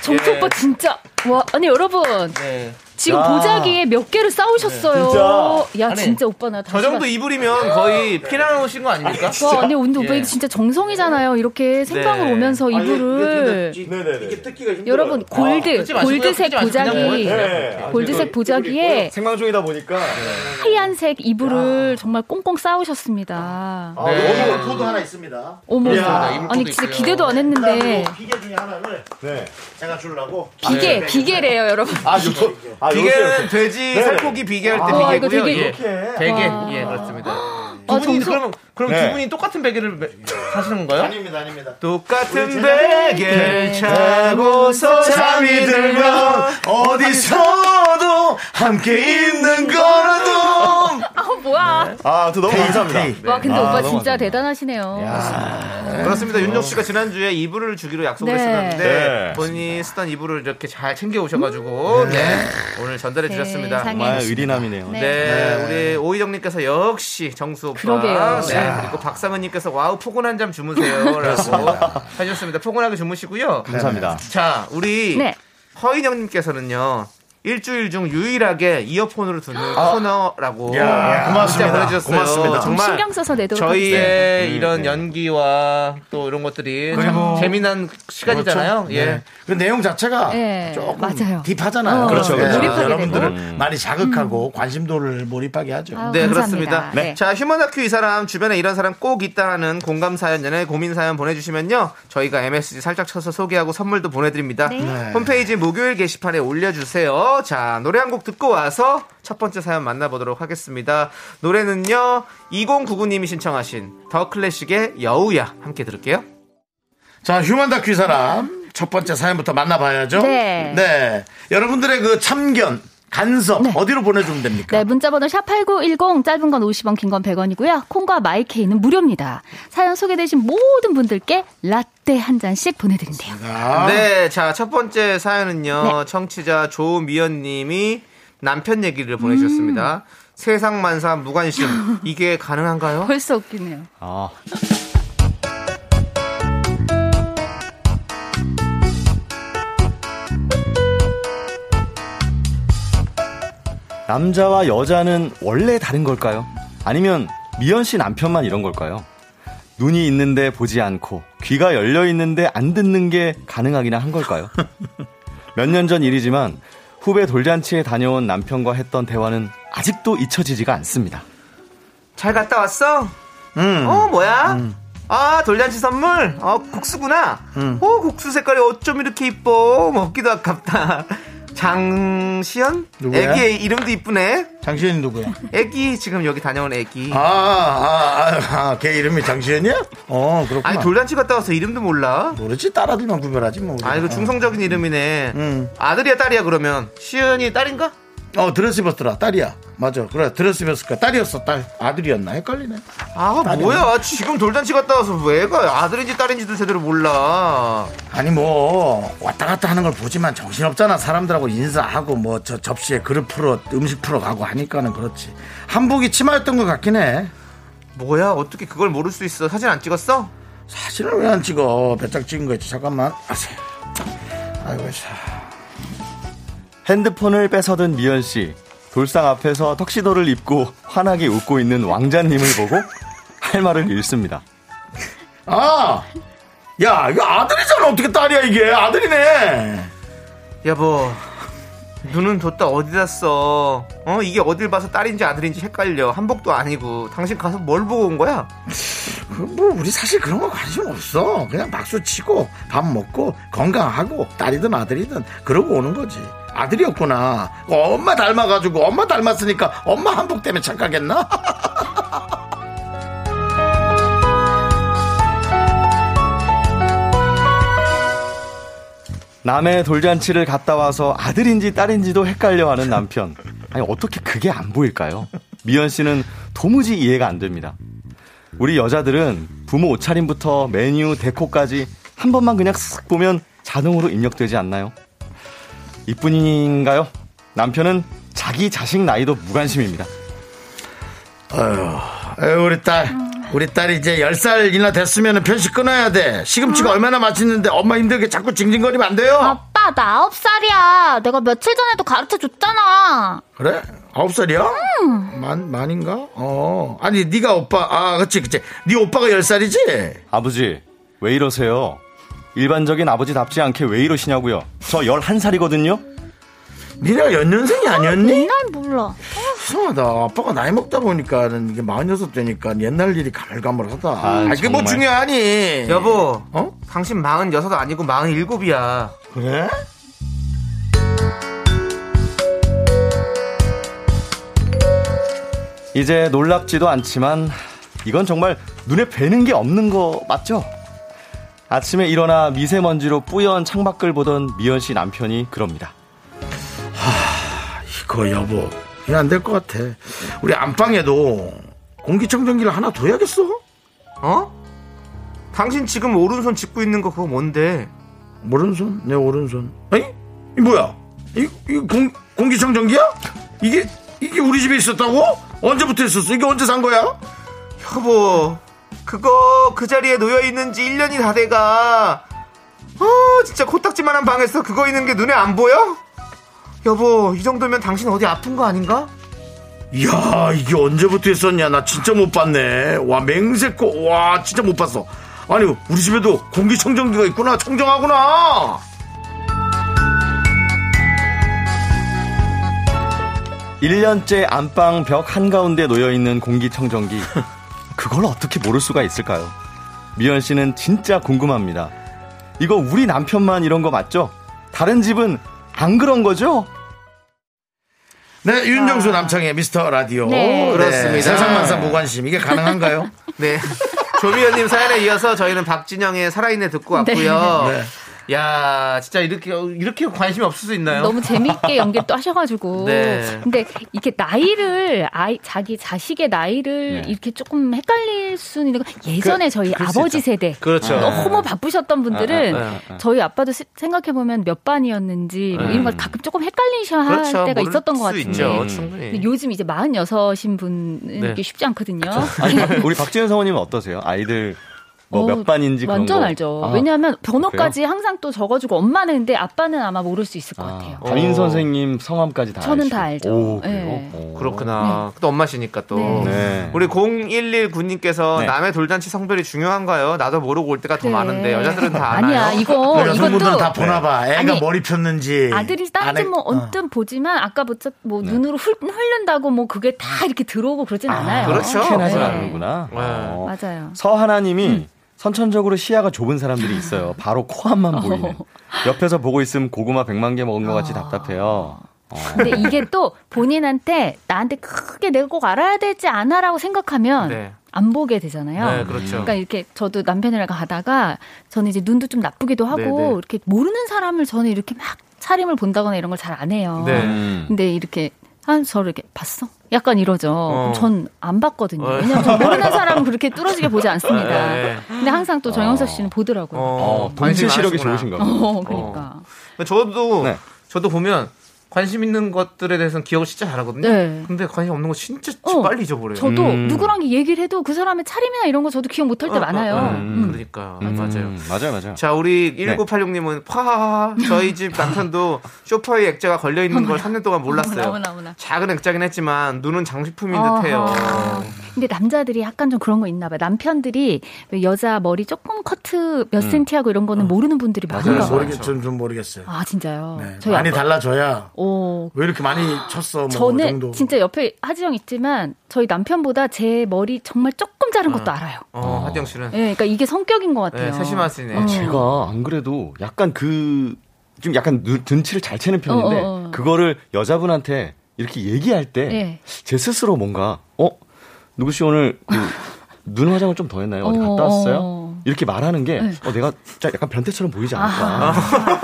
[SPEAKER 7] 정초
[SPEAKER 6] 예.
[SPEAKER 7] 오빠 진짜. 와, 아니 여러분.
[SPEAKER 2] 네.
[SPEAKER 7] 지금
[SPEAKER 6] 야.
[SPEAKER 7] 보자기에 몇 개를 싸우셨어요. 야,
[SPEAKER 2] 아니,
[SPEAKER 7] 진짜 오빠 나다시
[SPEAKER 2] 저 정도
[SPEAKER 7] 봤-
[SPEAKER 2] 이불이면 거의 피난 오신 거 아닙니까?
[SPEAKER 7] 와, 아니 근데 오빠
[SPEAKER 2] 예.
[SPEAKER 7] 이게 진짜 정성이잖아요. 이렇게 생방을
[SPEAKER 2] 네.
[SPEAKER 7] 오면서 이불을 여러분 골드
[SPEAKER 2] 그러지 아, 마시고요.
[SPEAKER 7] 골드색
[SPEAKER 2] 그러지 마시고 그냥
[SPEAKER 7] 보자기
[SPEAKER 2] 뭐예요? 네.
[SPEAKER 7] 골드색 보자기에
[SPEAKER 6] 생방송이다 보니까
[SPEAKER 7] 하얀색 이불을 정말 꽁꽁 싸우셨습니다.
[SPEAKER 2] 네.
[SPEAKER 1] 포도 하나 있습니다
[SPEAKER 7] 어머,
[SPEAKER 2] 이불도
[SPEAKER 7] 아니 진짜
[SPEAKER 2] 있고요. 네.
[SPEAKER 7] 기대도 안 했는데
[SPEAKER 1] 기계 중에 하나를 제가 주려고
[SPEAKER 7] 비계 비계래요, 여러분.
[SPEAKER 6] 아 이거 아,
[SPEAKER 2] 비계는 돼지 살코기 비계할 때
[SPEAKER 7] 와, 아, 이거
[SPEAKER 2] 비계고요.
[SPEAKER 7] 되게-
[SPEAKER 2] 예. 베개.
[SPEAKER 7] 와.
[SPEAKER 2] 예, 맞습니다. 두
[SPEAKER 7] 아,
[SPEAKER 2] 분이
[SPEAKER 7] 정성-
[SPEAKER 2] 그럼 그럼
[SPEAKER 6] 네.
[SPEAKER 2] 두 분이 똑같은 베개를 매- 하시는 건가요?
[SPEAKER 1] 아닙니다 아닙니다
[SPEAKER 2] 똑같은 베개를 차고서 잠이 들면
[SPEAKER 1] 어디서도 함께 있는 거라도
[SPEAKER 7] 아 뭐야?
[SPEAKER 6] 아, 또 너무 감사합니다.
[SPEAKER 2] 네.
[SPEAKER 7] 와 근데
[SPEAKER 6] 아,
[SPEAKER 7] 오빠
[SPEAKER 6] 너무
[SPEAKER 7] 진짜 대단하시네요.
[SPEAKER 2] 그렇습니다. 윤정 씨가 지난주에 이불을 주기로 약속을
[SPEAKER 7] 네.
[SPEAKER 2] 했었는데
[SPEAKER 6] 네.
[SPEAKER 2] 본인이 쓰던 이불을 이렇게 잘 챙겨 오셔가지고 네, 오늘 전달해 주셨습니다.
[SPEAKER 7] 음. 세상에.
[SPEAKER 6] 정말 아, 의리남이네요.
[SPEAKER 7] 네.
[SPEAKER 2] 네, 우리 오희정님께서 역시 정수 오빠.
[SPEAKER 7] 그러게요.
[SPEAKER 2] 네, 그리고 박사모님께서 와우 포근한 잠 주무세요라고 하셨습니다. 포근하게 주무시고요.
[SPEAKER 1] 네.
[SPEAKER 6] 감사합니다.
[SPEAKER 2] 자, 우리
[SPEAKER 7] 네.
[SPEAKER 2] 허인영님께서는요. 일주일 중 유일하게 이어폰으로 듣는 코너라고
[SPEAKER 1] 아. 야,
[SPEAKER 2] 진짜
[SPEAKER 1] 고맙습니다.
[SPEAKER 2] 보내주셨어요.
[SPEAKER 1] 고맙습니다. 네.
[SPEAKER 2] 정말
[SPEAKER 7] 신경 써서 내도록
[SPEAKER 2] 저희의 네, 이런 연기와 또 이런 것들이 참
[SPEAKER 1] 그리고-
[SPEAKER 2] 재미난 시간이잖아요.
[SPEAKER 1] 그렇죠?
[SPEAKER 2] 예.
[SPEAKER 1] 네. 그 내용 자체가
[SPEAKER 7] 예,
[SPEAKER 1] 조금
[SPEAKER 7] 맞아요.
[SPEAKER 1] 딥하잖아요.
[SPEAKER 7] 어, 그렇죠,
[SPEAKER 1] 네.
[SPEAKER 7] 그렇죠. 몰입하게
[SPEAKER 1] 여러분들을
[SPEAKER 6] 되고. 음.
[SPEAKER 1] 많이 자극하고 관심도를 몰입하게 하죠.
[SPEAKER 7] 아우,
[SPEAKER 2] 네,
[SPEAKER 7] 감사합니다.
[SPEAKER 2] 그렇습니다.
[SPEAKER 7] 네.
[SPEAKER 2] 자, 휴먼다큐 이 사람, 주변에 이런 사람 꼭 있다 하는 공감 사연, 연애 고민 사연 보내주시면요. 저희가 MSG 살짝 쳐서 소개하고 선물도 보내드립니다.
[SPEAKER 1] 네.
[SPEAKER 2] 홈페이지 목요일 게시판에 올려주세요. 자, 노래 한 곡 듣고 와서 첫 번째 사연 만나보도록 하겠습니다. 노래는요, 2099님이 신청하신 더 클래식의 여우야. 함께 들을게요.
[SPEAKER 1] 자, 아, 휴먼 다큐 사람 첫 번째 사연부터 만나봐야죠.
[SPEAKER 7] 네.
[SPEAKER 1] 네. 여러분들의 그 참견, 간섭 어디로 보내주면 됩니까?
[SPEAKER 7] 네, 문자번호 샵8910 짧은 건 50원, 긴 건 100원이고요. 콩과 마이케이는 무료입니다. 사연 소개되신 모든 분들께 라떼 한 잔씩 보내드린대요.
[SPEAKER 1] 아,
[SPEAKER 7] 네.
[SPEAKER 2] 네, 자, 첫 번째 사연은요. 청취자 조미연 님이 남편 얘기를 보내주셨습니다.
[SPEAKER 7] 음.
[SPEAKER 2] 세상 만사 무관심 이게 가능한가요?
[SPEAKER 7] 벌써 웃기네요.
[SPEAKER 6] 아, 남자와 여자는 원래 다른 걸까요? 아니면 미연 씨 남편만 이런 걸까요? 눈이 있는데 보지 않고 귀가 열려 있는데 안 듣는 게 가능하기나 한 걸까요? 몇 년 전 일이지만 후배 돌잔치에 다녀온 남편과 했던 대화는 아직도 잊혀지지가 않습니다.
[SPEAKER 2] 잘 갔다 왔어?
[SPEAKER 1] 음.
[SPEAKER 2] 어 뭐야? 아 돌잔치 선물? 어 국수구나.
[SPEAKER 1] 음.
[SPEAKER 2] 오 국수 색깔이 어쩜 이렇게 이뻐? 먹기도 아깝다. 장시연?
[SPEAKER 1] 누구야?
[SPEAKER 2] 애기 이름도 이쁘네.
[SPEAKER 1] 장시현이 누구야?
[SPEAKER 2] 애기 지금 여기 다녀온 애기.
[SPEAKER 1] 아, 아, 아, 아, 걔 이름이 장시현이야? 어, 그렇구나.
[SPEAKER 2] 아니 돌잔치 갔다 와서 이름도 몰라.
[SPEAKER 1] 모르지 딸아들만 구별하지 뭐. 우리가.
[SPEAKER 2] 아 이거 중성적인 이름이네.
[SPEAKER 1] 음.
[SPEAKER 2] 아들이야 딸이야 그러면 시연이 딸인가?
[SPEAKER 1] 어, 드레스 입었더라. 딸이야. 맞아. 그래, 드레스 입었을 거야. 딸이었어. 딸. 아들이었나? 헷갈리네.
[SPEAKER 2] 아 뭐야 지금 돌잔치 갔다 와서 왜가 아들인지 딸인지도 제대로 몰라.
[SPEAKER 1] 아니 뭐 왔다 갔다 하는 걸 보지만 정신없잖아 사람들하고 인사하고 뭐 저 접시에 그릇 풀어 음식 풀어 가고 하니까는 그렇지 한복이 치마였던 것 같긴 해
[SPEAKER 2] 뭐야 어떻게 그걸 모를 수 있어? 사진 안 찍었어?
[SPEAKER 1] 사진을 왜 안 찍어 배짝 찍은 거였지 잠깐만 아세 아이고 참.
[SPEAKER 6] 핸드폰을 뺏어든 미연 씨. 돌상 앞에서 턱시도를 입고 환하게 웃고 있는 왕자님을 보고 할 말을 잃습니다.
[SPEAKER 1] 아! 야 이거 아들이잖아 어떻게 딸이야 이게 아들이네
[SPEAKER 2] 여보 눈은 뒀다 어디다 써? 어 이게 어딜 봐서 딸인지 아들인지 헷갈려. 한복도 아니고 당신 가서 뭘 보고 온 거야?
[SPEAKER 1] 그 뭐 우리 사실 그런 거 관심 없어 그냥 박수 치고 밥 먹고 건강하고 딸이든 아들이든 그러고 오는 거지 아들이었구나 어, 엄마 닮아가지고 엄마 닮았으니까 엄마 한복 때문에 착각했나?
[SPEAKER 6] 남의 돌잔치를 갔다 와서 아들인지 딸인지도 헷갈려하는 남편. 아니 어떻게 그게 안 보일까요? 미연 씨는 도무지 이해가 안 됩니다. 우리 여자들은 부모 옷차림부터 메뉴 데코까지 한 번만 그냥 쓱 보면 자동으로 입력되지 않나요? 이뿐인가요? 남편은 자기 자식 나이도 무관심입니다.
[SPEAKER 1] 아유, 우리 딸 우리 딸이 이제 10살이나 됐으면 편식 끊어야 돼 시금치가 얼마나 맛있는데 엄마 힘들게 자꾸 징징거리면 안 돼요
[SPEAKER 8] 아빠 나 아홉 살이야. 내가 며칠 전에도 가르쳐 줬잖아.
[SPEAKER 1] 그래? 아홉 살이야? 만, 만인가? 어 아니 네가 오빠 아 그치 그치 네 오빠가 10살이지?
[SPEAKER 6] 아버지, 왜 이러세요? 일반적인 아버지답지 않게 왜 이러시냐고요? 저 11살이거든요?
[SPEAKER 1] 니네가 연년생이
[SPEAKER 7] 네.
[SPEAKER 1] 아니었니?
[SPEAKER 8] 날 몰라.
[SPEAKER 1] 이상하다. 아빠가 나이 먹다 보니까는 이게 46 되니까 옛날 일이 가물가물하다. 아, 이게 뭐
[SPEAKER 6] 정말.
[SPEAKER 1] 중요하니?
[SPEAKER 2] 여보
[SPEAKER 1] 어?
[SPEAKER 2] 당신 마흔 여섯 아니고 마흔 일곱이야.
[SPEAKER 1] 그래?
[SPEAKER 6] 이제 놀랍지도 않지만 이건 정말 눈에 뵈는 게 없는 거 맞죠? 아침에 일어나 미세먼지로 뿌연 창밖을 보던 미연 씨 남편이 그럽니다.
[SPEAKER 1] 이거 여보. 이거 안 될 것 같아. 우리 안방에도 공기청정기를 하나 둬야겠어?
[SPEAKER 2] 어? 당신 지금 오른손 짚고 있는 거 그거 뭔데?
[SPEAKER 1] 오른손? 내 오른손. 에이? 이 뭐야? 이, 이 공, 공기청정기야? 이게, 이게 우리 집에 있었다고? 언제부터 있었어? 이게 언제 산 거야?
[SPEAKER 2] 여보 그거 그 자리에 놓여 있는지 1년이 다 돼가 어 진짜 코딱지만한 방에서 그거 있는 게 눈에 안 보여? 여보 이 정도면 당신 어디 아픈 거 아닌가?
[SPEAKER 1] 이야 이게 언제부터 있었냐 나 진짜 못 봤네 와 맹세코 와 진짜 못 봤어 아니 우리 집에도 공기청정기가 있구나 청정하구나
[SPEAKER 6] 일년째 안방 벽 한가운데 놓여있는 공기청정기. 그걸 어떻게 모를 수가 있을까요? 미연 씨는 진짜 궁금합니다. 이거 우리 남편만 이런 거 맞죠? 다른 집은 안 그런 거죠?
[SPEAKER 7] 아.
[SPEAKER 1] 네 윤정수 남창의 미스터 라디오
[SPEAKER 8] 네.
[SPEAKER 2] 그렇습니다.
[SPEAKER 1] 세상만사 무관심 이게 가능한가요?
[SPEAKER 2] 네 조미연님 사연에 이어서 저희는 박진영의 살아있네 듣고 왔고요
[SPEAKER 1] 네.
[SPEAKER 2] 야, 진짜 이렇게 이렇게 관심이 없을 수 있나요?
[SPEAKER 7] 너무 재미있게 연기를 또 하셔가지고.
[SPEAKER 2] 네.
[SPEAKER 7] 근데 이게 나이를, 아이, 자기 자식의 나이를
[SPEAKER 6] 네.
[SPEAKER 7] 이렇게 조금 헷갈릴 수는 있는 거.
[SPEAKER 2] 그,
[SPEAKER 7] 예전에 저희 아버지 세대.
[SPEAKER 2] 그렇죠.
[SPEAKER 7] 너무 바쁘셨던 분들은
[SPEAKER 2] 아, 아, 아, 아.
[SPEAKER 7] 저희 아빠도 시- 생각해보면 몇 반이었는지 뭐 이런 걸 가끔 조금 헷갈리셔 할
[SPEAKER 2] 그렇죠.
[SPEAKER 7] 때가
[SPEAKER 2] 모를
[SPEAKER 7] 있었던
[SPEAKER 2] 수
[SPEAKER 7] 것 같은데. 네.
[SPEAKER 2] 있죠.
[SPEAKER 7] 근데
[SPEAKER 2] 충분히. 네.
[SPEAKER 7] 요즘 이제 46인 분은 이게 쉽지 않거든요.
[SPEAKER 2] 그렇죠.
[SPEAKER 6] 아니, 우리 박지현 사모님은 어떠세요? 아이들 뭐
[SPEAKER 7] 어,
[SPEAKER 6] 몇 반인지 그런
[SPEAKER 7] 완전
[SPEAKER 6] 거.
[SPEAKER 7] 알죠.
[SPEAKER 6] 아,
[SPEAKER 7] 왜냐하면 번호까지 항상 또 적어주고 엄마는 근데 아빠는 아마 모를 수 있을 것 같아요.
[SPEAKER 6] 아, 담임
[SPEAKER 2] 어.
[SPEAKER 6] 선생님 성함까지 다
[SPEAKER 7] 저는
[SPEAKER 6] 아시고.
[SPEAKER 7] 다 알죠.
[SPEAKER 6] 오, 그래요?
[SPEAKER 7] 네.
[SPEAKER 6] 오.
[SPEAKER 2] 그렇구나. 또 엄마시니까 또.
[SPEAKER 7] 네.
[SPEAKER 6] 네.
[SPEAKER 2] 우리 0119님께서
[SPEAKER 6] 네.
[SPEAKER 2] 남의 돌잔치 성별이 중요한가요? 나도 모르고 올 때가 더
[SPEAKER 7] 그래.
[SPEAKER 2] 많은데 여자들은 다 아나요?
[SPEAKER 7] 네. 아니야 이거
[SPEAKER 1] 그 여성분들은
[SPEAKER 7] 이것도
[SPEAKER 1] 다 보나 봐. 애가
[SPEAKER 7] 네. 아니,
[SPEAKER 1] 머리 폈는지.
[SPEAKER 7] 아들이 딸인지
[SPEAKER 1] 아내-
[SPEAKER 7] 뭐
[SPEAKER 1] 어.
[SPEAKER 7] 언뜻 보지만 아까 부터 뭐 눈으로 훑, 흐른다고 뭐 그게 다 이렇게 들어오고 그러진 않아요.
[SPEAKER 2] 그렇죠.
[SPEAKER 6] 캔하진
[SPEAKER 2] 네.
[SPEAKER 6] 않는구나.
[SPEAKER 2] 네.
[SPEAKER 6] 어.
[SPEAKER 7] 맞아요. 음.
[SPEAKER 6] 서하나님이 선천적으로 시야가 좁은 사람들이 있어요. 바로 코앞만 보이는. 옆에서 보고 있으면 고구마 100만 개 먹은 것 같이
[SPEAKER 7] 아.
[SPEAKER 6] 답답해요.
[SPEAKER 7] 근데 이게 또 본인한테 나한테 크게 내가 꼭 알아야 되지 않아라고 생각하면
[SPEAKER 2] 네.
[SPEAKER 7] 안 보게 되잖아요.
[SPEAKER 2] 네, 그렇죠.
[SPEAKER 7] 그러니까 이렇게 저도 남편이랑 가다가 저는 이제 눈도 좀 나쁘기도 하고
[SPEAKER 2] 네, 네.
[SPEAKER 7] 이렇게 모르는 사람을 저는 이렇게 막 차림을 본다거나 이런 걸 잘 안 해요.
[SPEAKER 2] 네.
[SPEAKER 6] 음.
[SPEAKER 7] 근데 이렇게 한 저를 이렇게 봤어? 약간 이러죠.
[SPEAKER 2] 어.
[SPEAKER 7] 전 안 봤거든요.
[SPEAKER 2] 어.
[SPEAKER 7] 왜냐하면 저 모르는 사람은 그렇게 뚫어지게 보지 않습니다.
[SPEAKER 2] 네, 네.
[SPEAKER 7] 근데 항상 또 정영석 씨는 보더라고요. 어,
[SPEAKER 6] 어, 동체 시력이 좋으신가 봐요.
[SPEAKER 7] 그러니까.
[SPEAKER 2] 저도
[SPEAKER 6] 네.
[SPEAKER 2] 저도 보면 관심 있는 것들에 대해서는 기억을 진짜 잘하거든요.
[SPEAKER 7] 네.
[SPEAKER 2] 근데 관심 없는 거 진짜
[SPEAKER 7] 어.
[SPEAKER 2] 빨리 잊어버려요.
[SPEAKER 7] 저도
[SPEAKER 6] 음.
[SPEAKER 7] 누구랑 얘기를 해도 그 사람의 차림이나 이런 거 저도 기억 못할 때
[SPEAKER 2] 어, 어,
[SPEAKER 7] 많아요.
[SPEAKER 2] 어, 어.
[SPEAKER 7] 음.
[SPEAKER 2] 그러니까
[SPEAKER 6] 음, 네.
[SPEAKER 2] 맞아요.
[SPEAKER 6] 맞아요, 맞아요.
[SPEAKER 2] 자, 우리 1986님은 파하하 저희 집 남편도 쇼파에 액자가 걸려 있는 걸 3년 동안 몰랐어요.
[SPEAKER 7] 어머나, 어머나.
[SPEAKER 2] 작은 액자긴 했지만 눈은 장식품인
[SPEAKER 7] 아하.
[SPEAKER 2] 듯해요.
[SPEAKER 7] 근데 남자들이 약간 좀 그런 거 있나 봐요. 남편들이 왜 여자 머리 조금 커트 몇 센티하고 이런 거는 모르는 분들이 많은가
[SPEAKER 1] 저는
[SPEAKER 7] 봐요.
[SPEAKER 1] 그러니까 모르겠, 좀, 좀 모르겠어요.
[SPEAKER 7] 그렇죠. 아, 진짜요?
[SPEAKER 1] 네.
[SPEAKER 7] 저희
[SPEAKER 1] 많이
[SPEAKER 7] 아빠-
[SPEAKER 1] 달라져야
[SPEAKER 7] 오,
[SPEAKER 1] 왜 이렇게 많이 쳤어? 뭐
[SPEAKER 7] 저는
[SPEAKER 1] 정도.
[SPEAKER 7] 진짜 옆에 하지영 있지만 저희 남편보다 제 머리 정말 조금 자른 것도 알아요.
[SPEAKER 2] 어, 하정 씨는
[SPEAKER 7] 예, 그러니까 이게 성격인 것
[SPEAKER 2] 네,
[SPEAKER 7] 같아요.
[SPEAKER 2] 세심하시네.
[SPEAKER 7] 어.
[SPEAKER 6] 제가 안 그래도 약간 그, 좀 약간 눈, 눈치를 잘 채는 편인데,
[SPEAKER 7] 어, 어, 어.
[SPEAKER 6] 그거를 여자분한테 이렇게 얘기할 때,
[SPEAKER 7] 네.
[SPEAKER 6] 제 스스로 뭔가, 어? 누구씨 오늘 그, 눈 화장을 좀 더 했나요? 어디
[SPEAKER 7] 어,
[SPEAKER 6] 갔다
[SPEAKER 7] 어.
[SPEAKER 6] 왔어요? 이렇게 말하는 게, 어, 내가 진짜 약간 변태처럼 보이지 않을까.
[SPEAKER 7] 아.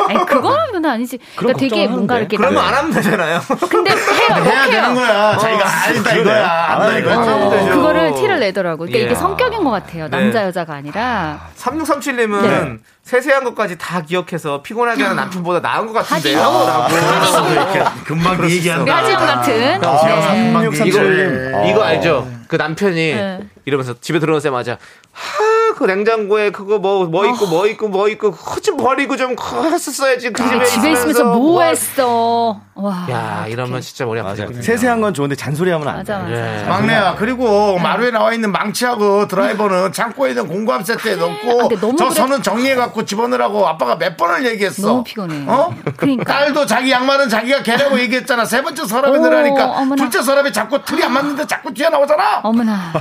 [SPEAKER 7] 아니 그거는 아니지.
[SPEAKER 6] 그런
[SPEAKER 7] 그러니까 되게
[SPEAKER 6] 걱정을
[SPEAKER 7] 뭔가
[SPEAKER 6] 하는데.
[SPEAKER 7] 이렇게
[SPEAKER 2] 그러면
[SPEAKER 6] 네.
[SPEAKER 2] 안 하면 되잖아요. 어.
[SPEAKER 7] 근데 해요.
[SPEAKER 1] 해야
[SPEAKER 7] 꼭
[SPEAKER 1] 되는
[SPEAKER 7] 해요. 어,
[SPEAKER 1] 거야. 자기가 알다 이거야. 안다 이거야.
[SPEAKER 2] 안 하면 되죠.
[SPEAKER 7] 그거를 티를 내더라고. 그러니까
[SPEAKER 2] 예.
[SPEAKER 7] 이게 성격인 것 같아요. 남자 여자가 아니라
[SPEAKER 2] 3637님은
[SPEAKER 7] 네.
[SPEAKER 2] 세세한 것까지 다 기억해서 피곤하게 하는 남편보다 나은 것 같은데요. 라고.
[SPEAKER 1] 금방 그 얘기하는
[SPEAKER 7] 우리
[SPEAKER 1] 거야.
[SPEAKER 2] 아.
[SPEAKER 7] 그러니까 하지영 같은. 네.
[SPEAKER 1] 금방 그 얘기를
[SPEAKER 6] 어.
[SPEAKER 1] 해.
[SPEAKER 2] 이거, 이거 알죠? 그 남편이
[SPEAKER 7] 네.
[SPEAKER 2] 이러면서 집에 들어오자마자 하, 그 냉장고에 그거 뭐, 뭐 있고, 뭐 있고, 뭐 있고, 그거 좀 버리고 좀 그거 했었어야지. 그 집에,
[SPEAKER 7] 아, 집에 있으면서 뭐 했어? 와.
[SPEAKER 2] 야, 이러면 네. 진짜 머리
[SPEAKER 6] 맞아요.
[SPEAKER 2] 아프죠.
[SPEAKER 6] 세세한 건 좋은데 잔소리하면 안 돼.
[SPEAKER 7] 맞아 맞아.
[SPEAKER 1] 막내야 그리고
[SPEAKER 7] 네.
[SPEAKER 1] 마루에 나와 있는 망치하고 드라이버는 창고에 있는 공구함 세트에 넣고
[SPEAKER 7] 아, 근데 너무
[SPEAKER 1] 저
[SPEAKER 7] 그래-
[SPEAKER 1] 선은 정리해 갖고 집어넣으라고 아빠가 몇 번을 얘기했어
[SPEAKER 7] 너무 피곤해.
[SPEAKER 1] 어?
[SPEAKER 7] 그러니까.
[SPEAKER 1] 딸도 자기 양말은 자기가 개라고 얘기했잖아 세 번째 서랍에
[SPEAKER 7] 오,
[SPEAKER 1] 넣으라니까
[SPEAKER 7] 어머나.
[SPEAKER 1] 둘째 서랍에 자꾸 틀이 안 맞는데 자꾸 튀어나오잖아
[SPEAKER 7] 어머나.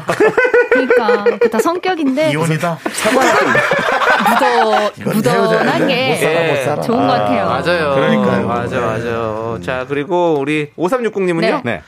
[SPEAKER 7] 그러니까 그다 성격인데
[SPEAKER 1] 이혼이다
[SPEAKER 7] 무더 무더한
[SPEAKER 2] 예.
[SPEAKER 7] 게
[SPEAKER 2] 못 살아.
[SPEAKER 7] 좋은 것 같아요.
[SPEAKER 2] 맞아요.
[SPEAKER 1] 그러니까요.
[SPEAKER 2] 맞아, 맞아. 자, 그리고 우리 5360님은요?
[SPEAKER 6] 네.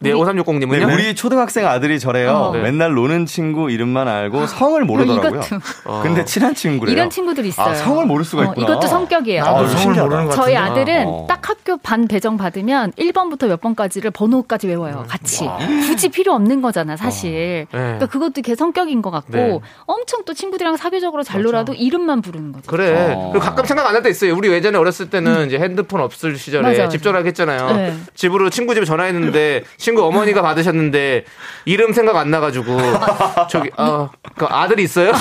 [SPEAKER 2] 네, 5360님은요?
[SPEAKER 6] 우리 초등학생 아들이 저래요.
[SPEAKER 7] 어. 아.
[SPEAKER 6] 네. 맨날 노는 친구 이름만 알고 성을 모르더라고요.
[SPEAKER 7] 이것도.
[SPEAKER 2] 어.
[SPEAKER 6] 근데 친한 친구래요.
[SPEAKER 7] 이런 친구들이 있어요.
[SPEAKER 6] 아, 성을 모를 수가
[SPEAKER 7] 어,
[SPEAKER 6] 있구나.
[SPEAKER 7] 이것도 성격이에요.
[SPEAKER 6] 아,
[SPEAKER 1] 나도
[SPEAKER 6] 신기하다.
[SPEAKER 1] 성을 모르는 것
[SPEAKER 7] 저희
[SPEAKER 1] 같은데
[SPEAKER 7] 아들은
[SPEAKER 6] 어.
[SPEAKER 7] 딱 학교 반 배정 받으면 1번부터 몇 번까지를 번호까지 외워요. 같이. 굳이 필요 없는 거잖아, 사실. 그러니까 그것도 걔 성격인 것 같고
[SPEAKER 2] 네.
[SPEAKER 7] 엄청 또 친구들이랑 사교적으로 잘 놀아도 이름만 부르는 거죠.
[SPEAKER 2] 그래.
[SPEAKER 6] 어.
[SPEAKER 2] 그리고 가끔 생각 안 날 때 있어요. 우리 예전에 어렸을 때는 이제 핸드폰 없을 시절에
[SPEAKER 7] 맞아, 맞아.
[SPEAKER 2] 집 전화했잖아요.
[SPEAKER 7] 네.
[SPEAKER 2] 집으로 친구 집에 전화했는데 친구 어머니가 받으셨는데 이름 생각 안 나가지고 저기 아, 그 아들이 있어요?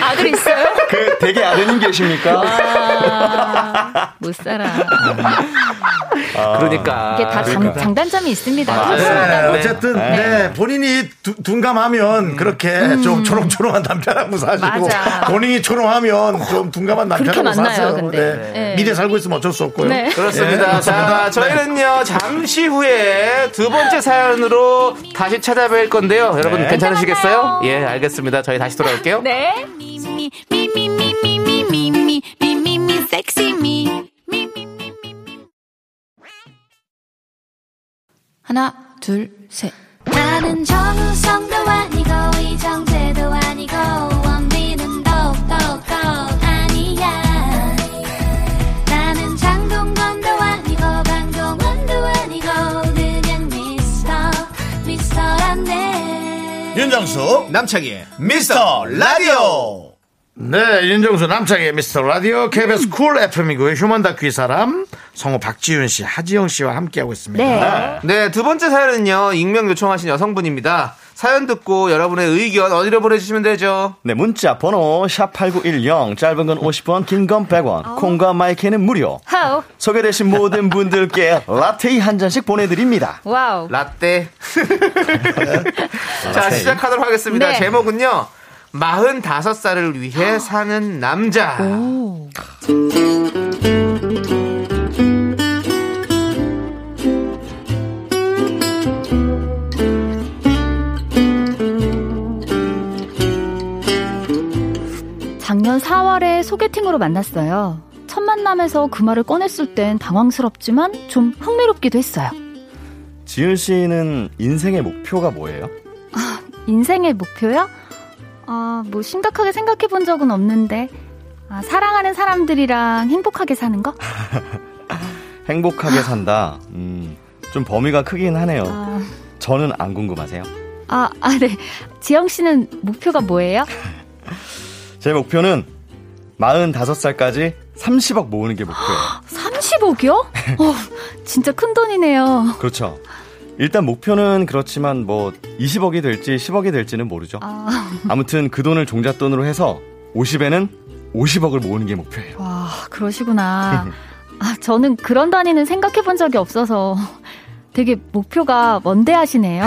[SPEAKER 7] 아들 있어요?
[SPEAKER 6] 그 되게 아드님 계십니까?
[SPEAKER 7] 아, 못 살아.
[SPEAKER 2] 그러니까.
[SPEAKER 7] 이게 다 장, 장단점이 있습니다.
[SPEAKER 1] 네,
[SPEAKER 7] 훌륭하다고.
[SPEAKER 1] 어쨌든 네, 본인이 두- 둔감하면 그렇게 좀 초롱초롱한 남편하고 사시고
[SPEAKER 7] 음. 맞아. 어,
[SPEAKER 1] 본인이 초롱하면 좀 둔감한
[SPEAKER 7] 그렇게
[SPEAKER 1] 남편하고
[SPEAKER 7] 만나요,
[SPEAKER 1] 사세요.
[SPEAKER 7] 근데. 네.
[SPEAKER 1] 미래 살고 있으면 어쩔 수 없고요.
[SPEAKER 7] 네.
[SPEAKER 2] 그렇습니다. 자, 저희는요, 잠시 후에 두 번째 사연으로 다시 찾아뵐 건데요. 여러분, 괜찮으시겠어요? 예, 알겠습니다. 저희 다시 돌아올게요.
[SPEAKER 7] 네.
[SPEAKER 4] Me, me, me, me, me, me, me, me, me, me, me, me, sexy me. Me, me, me, me, me.
[SPEAKER 9] 하나, 둘, 셋.
[SPEAKER 4] 나는 정우성도 아니고 이정재도 아니고 원빈은 더욱더
[SPEAKER 10] 윤정수
[SPEAKER 2] 남창희의
[SPEAKER 10] 미스터 라디오
[SPEAKER 1] 네, 윤정수 남창의 미스터 라디오
[SPEAKER 7] 음.
[SPEAKER 1] KBS 쿨 FM이고요. 휴먼 다큐 이 사람 성우 박지윤 씨, 하지영 씨와 함께하고 있습니다.
[SPEAKER 7] 네.
[SPEAKER 2] 네, 두 번째 사연은요. 익명 요청하신 여성분입니다. 사연 듣고 여러분의 의견 어디로 보내주시면 되죠?
[SPEAKER 6] 네, 문자 번호 샵8910 짧은 건 50원, 긴 건 100원. 콩과 마이크는 무료.
[SPEAKER 7] 하우.
[SPEAKER 6] 소개되신 모든 분들께 라테이 한 잔씩 보내드립니다.
[SPEAKER 7] 와우.
[SPEAKER 2] 라떼. 자, 시작하도록 하겠습니다.
[SPEAKER 7] 네. 아.
[SPEAKER 2] 제목은요. 45살을 위해 사는 남자.
[SPEAKER 7] 작년 4월에 소개팅으로 만났어요. 첫 만남에서 그 말을 꺼냈을 땐 당황스럽지만 좀 흥미롭기도 했어요.
[SPEAKER 6] 지윤 씨는 인생의 목표가 뭐예요?
[SPEAKER 7] 인생의 목표요? 아, 뭐 심각하게 생각해 본 적은 없는데. 아, 사랑하는 사람들이랑 행복하게 사는 거?
[SPEAKER 6] 행복하게 산다. 음, 좀 범위가 크긴 하네요.
[SPEAKER 7] 아,
[SPEAKER 6] 저는 안 궁금하세요.
[SPEAKER 7] 아, 아, 네. 지영 씨는 목표가 뭐예요?
[SPEAKER 6] 제 목표는 45살까지 30억 모으는 게 목표예요.
[SPEAKER 7] 30억이요? 어, 진짜 큰 돈이네요.
[SPEAKER 6] 그렇죠. 일단 목표는 그렇지만 뭐 20억이 될지 10억이 될지는 모르죠.
[SPEAKER 7] 아,
[SPEAKER 6] 아무튼 그 돈을 종잣돈으로 해서 50에는 50억을 모으는 게 목표예요.
[SPEAKER 7] 와, 그러시구나. 아, 저는 그런 단위는 생각해 본 적이 없어서 되게 목표가 원대하시네요.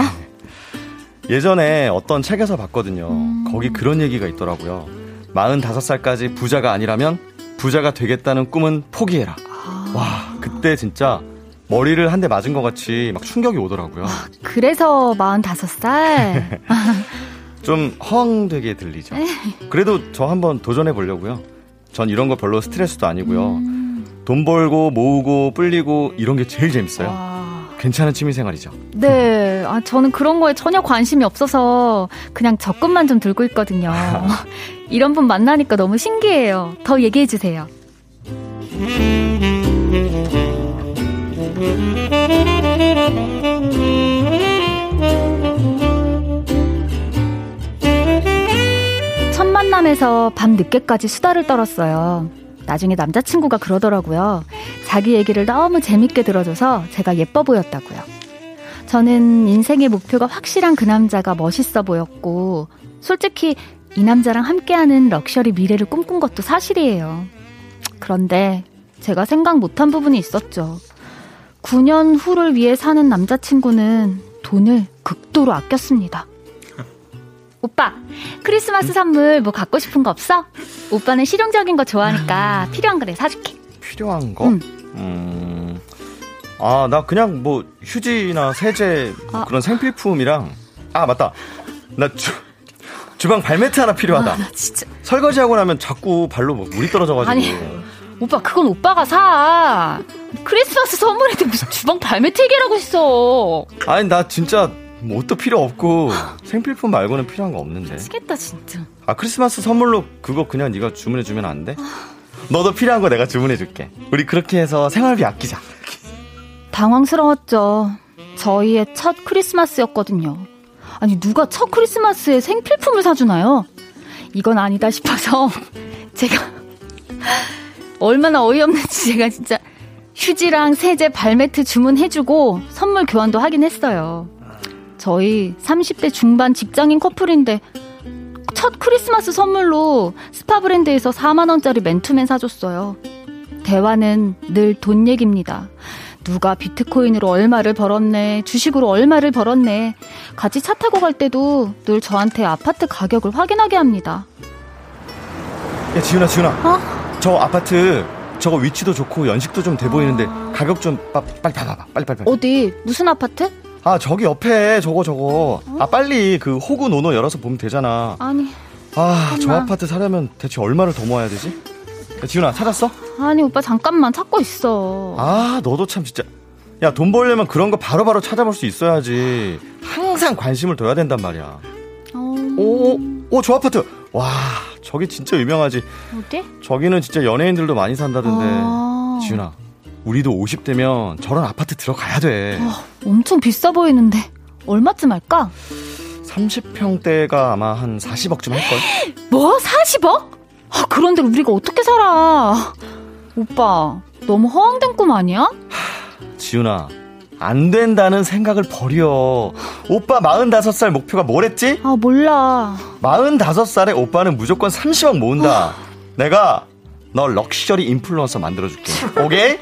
[SPEAKER 6] 예전에 어떤 책에서 봤거든요.
[SPEAKER 7] 음.
[SPEAKER 6] 거기 그런 얘기가 있더라고요. 45살까지 부자가 아니라면 부자가 되겠다는 꿈은 포기해라.
[SPEAKER 7] 아.
[SPEAKER 6] 와, 그때 진짜 머리를 한 대 맞은 것 같이 막 충격이 오더라고요.
[SPEAKER 7] 그래서 45살?
[SPEAKER 6] 좀 허황되게 들리죠.
[SPEAKER 7] 네.
[SPEAKER 6] 그래도 저 한번 도전해 보려고요. 전 이런 거 별로 스트레스도 아니고요. 돈 벌고 모으고 불리고 이런 게 제일 재밌어요.
[SPEAKER 7] 음. 와.
[SPEAKER 6] 괜찮은 취미 생활이죠.
[SPEAKER 7] 네, 아, 저는 그런 거에 전혀 관심이 없어서 그냥 적금만 좀 들고 있거든요. 이런 분 만나니까 너무 신기해요. 더 얘기해 주세요. 첫 만남에서 밤 늦게까지 수다를 떨었어요. 나중에 남자친구가 그러더라고요. 자기 얘기를 너무 재밌게 들어줘서 제가 예뻐 보였다고요. 저는 인생의 목표가 확실한 그 남자가 멋있어 보였고, 솔직히 이 남자랑 함께하는 럭셔리 미래를 꿈꾼 것도 사실이에요. 그런데 제가 생각 못한 부분이 있었죠. 9년 후를 위해 사는 남자친구는 돈을 극도로 아꼈습니다. 오빠, 크리스마스 선물 뭐 갖고 싶은 거 없어? 오빠는 실용적인 거 좋아하니까 필요한 거래 사줄게.
[SPEAKER 6] 필요한 거?
[SPEAKER 7] 음.
[SPEAKER 6] 음. 아, 나 그냥 뭐 휴지나 세제 뭐
[SPEAKER 7] 아.
[SPEAKER 6] 그런 생필품이랑 아, 맞다. 나 주, 주방 발매트 하나 필요하다.
[SPEAKER 7] 아, 나 진짜.
[SPEAKER 6] 설거지하고 나면 자꾸 발로 뭐 물이 떨어져 가지고.
[SPEAKER 7] 아니. 오빠, 그건 오빠가 사. 크리스마스 선물인데 무슨 주방 발매트 얘기라고 있어.
[SPEAKER 6] 아니, 나 진짜 뭐 옷도 필요 없고 생필품 말고는 필요한 거 없는데.
[SPEAKER 7] 미치겠다, 진짜.
[SPEAKER 6] 아, 크리스마스 선물로 그거 그냥 네가 주문해 주면 안 돼? 너도 필요한 거 내가 주문해 줄게. 우리 그렇게 해서 생활비 아끼자.
[SPEAKER 7] 당황스러웠죠. 저희의 첫 크리스마스였거든요. 아니, 누가 첫 크리스마스에 생필품을 사주나요? 이건 아니다 싶어서 제가 얼마나 어이없는지 제가 진짜 휴지랑 세제 발매트 주문해주고 선물 교환도 하긴 했어요. 저희 30대 중반 직장인 커플인데 첫 크리스마스 선물로 스파 브랜드에서 4만원짜리 맨투맨 사줬어요. 대화는 늘 돈 얘기입니다. 누가 비트코인으로 얼마를 벌었네, 주식으로 얼마를 벌었네. 같이 차 타고 갈 때도 늘 저한테 아파트 가격을 확인하게 합니다.
[SPEAKER 6] 야, 지윤아, 지윤아. 저 아파트 저거 위치도 좋고 연식도 좀 돼 보이는데 가격 좀 빠, 빨리 봐봐. 빨리 빨리. 빨리.
[SPEAKER 7] 어디, 무슨 아파트?
[SPEAKER 6] 아, 저기 옆에 저거 저거. 아, 빨리 그 호구 노노 열어서 보면 되잖아.
[SPEAKER 7] 아니,
[SPEAKER 6] 아, 저
[SPEAKER 7] 잠깐만.
[SPEAKER 6] 아파트 사려면 대체 얼마를 더 모아야 되지? 야, 지윤아, 찾았어?
[SPEAKER 7] 아니, 오빠 잠깐만 찾고 있어.
[SPEAKER 6] 아, 너도 참 진짜. 야, 돈 벌려면 그런 거 바로바로 찾아볼 수 있어야지. 항상 관심을 둬야 된단 말이야.
[SPEAKER 7] 어,
[SPEAKER 6] 오, 오, 저 아파트. 와, 저기 진짜 유명하지.
[SPEAKER 7] 어디?
[SPEAKER 6] 저기는 진짜 연예인들도 많이 산다던데.
[SPEAKER 7] 아.
[SPEAKER 6] 지윤아, 우리도 50대면 저런 아파트 들어가야 돼.
[SPEAKER 7] 엄청 비싸 보이는데. 얼마쯤 할까?
[SPEAKER 6] 30평대가 아마 한 40억쯤 할걸?
[SPEAKER 7] 뭐? 40억? 아, 그런데 우리가 어떻게 살아? 오빠, 너무 허황된 꿈 아니야?
[SPEAKER 6] 지훈아, 안 된다는 생각을 버려. 오빠 45살 목표가 뭐랬지?
[SPEAKER 7] 아, 몰라.
[SPEAKER 6] 45살에 오빠는 무조건 30억 모은다. 내가 너 럭셔리 인플루언서 만들어줄게. 오케이?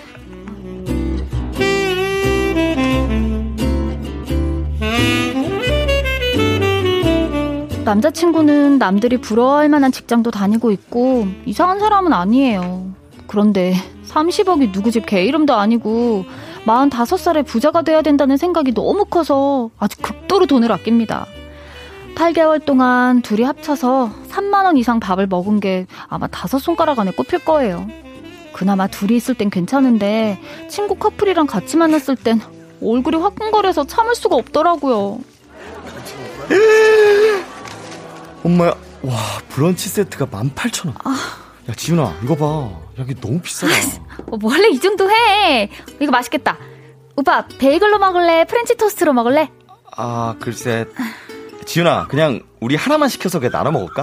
[SPEAKER 7] 남자친구는 남들이 부러워할 만한 직장도 다니고 있고 이상한 사람은 아니에요. 그런데 30억이 누구 집 개 이름도 아니고 45살에 부자가 돼야 된다는 생각이 너무 커서 아주 극도로 돈을 아낍니다. 8개월 동안 둘이 합쳐서 3만 원 이상 밥을 먹은 게 아마 다섯 손가락 안에 꼽힐 거예요. 그나마 둘이 있을 땐 괜찮은데 친구 커플이랑 같이 만났을 땐 얼굴이 화끈거려서 참을 수가 없더라고요.
[SPEAKER 6] 엄마야, 와, 브런치 세트가 18,000원.
[SPEAKER 7] 아.
[SPEAKER 6] 야, 지훈아, 이거 봐. 야, 이게 너무 비싸다.
[SPEAKER 7] 어, 원래 이 정도 해. 이거 맛있겠다. 오빠, 베이글로 먹을래? 프렌치 토스트로 먹을래?
[SPEAKER 6] 아, 글쎄. 지훈아, 그냥 우리 하나만 시켜서 그냥 나눠 먹을까?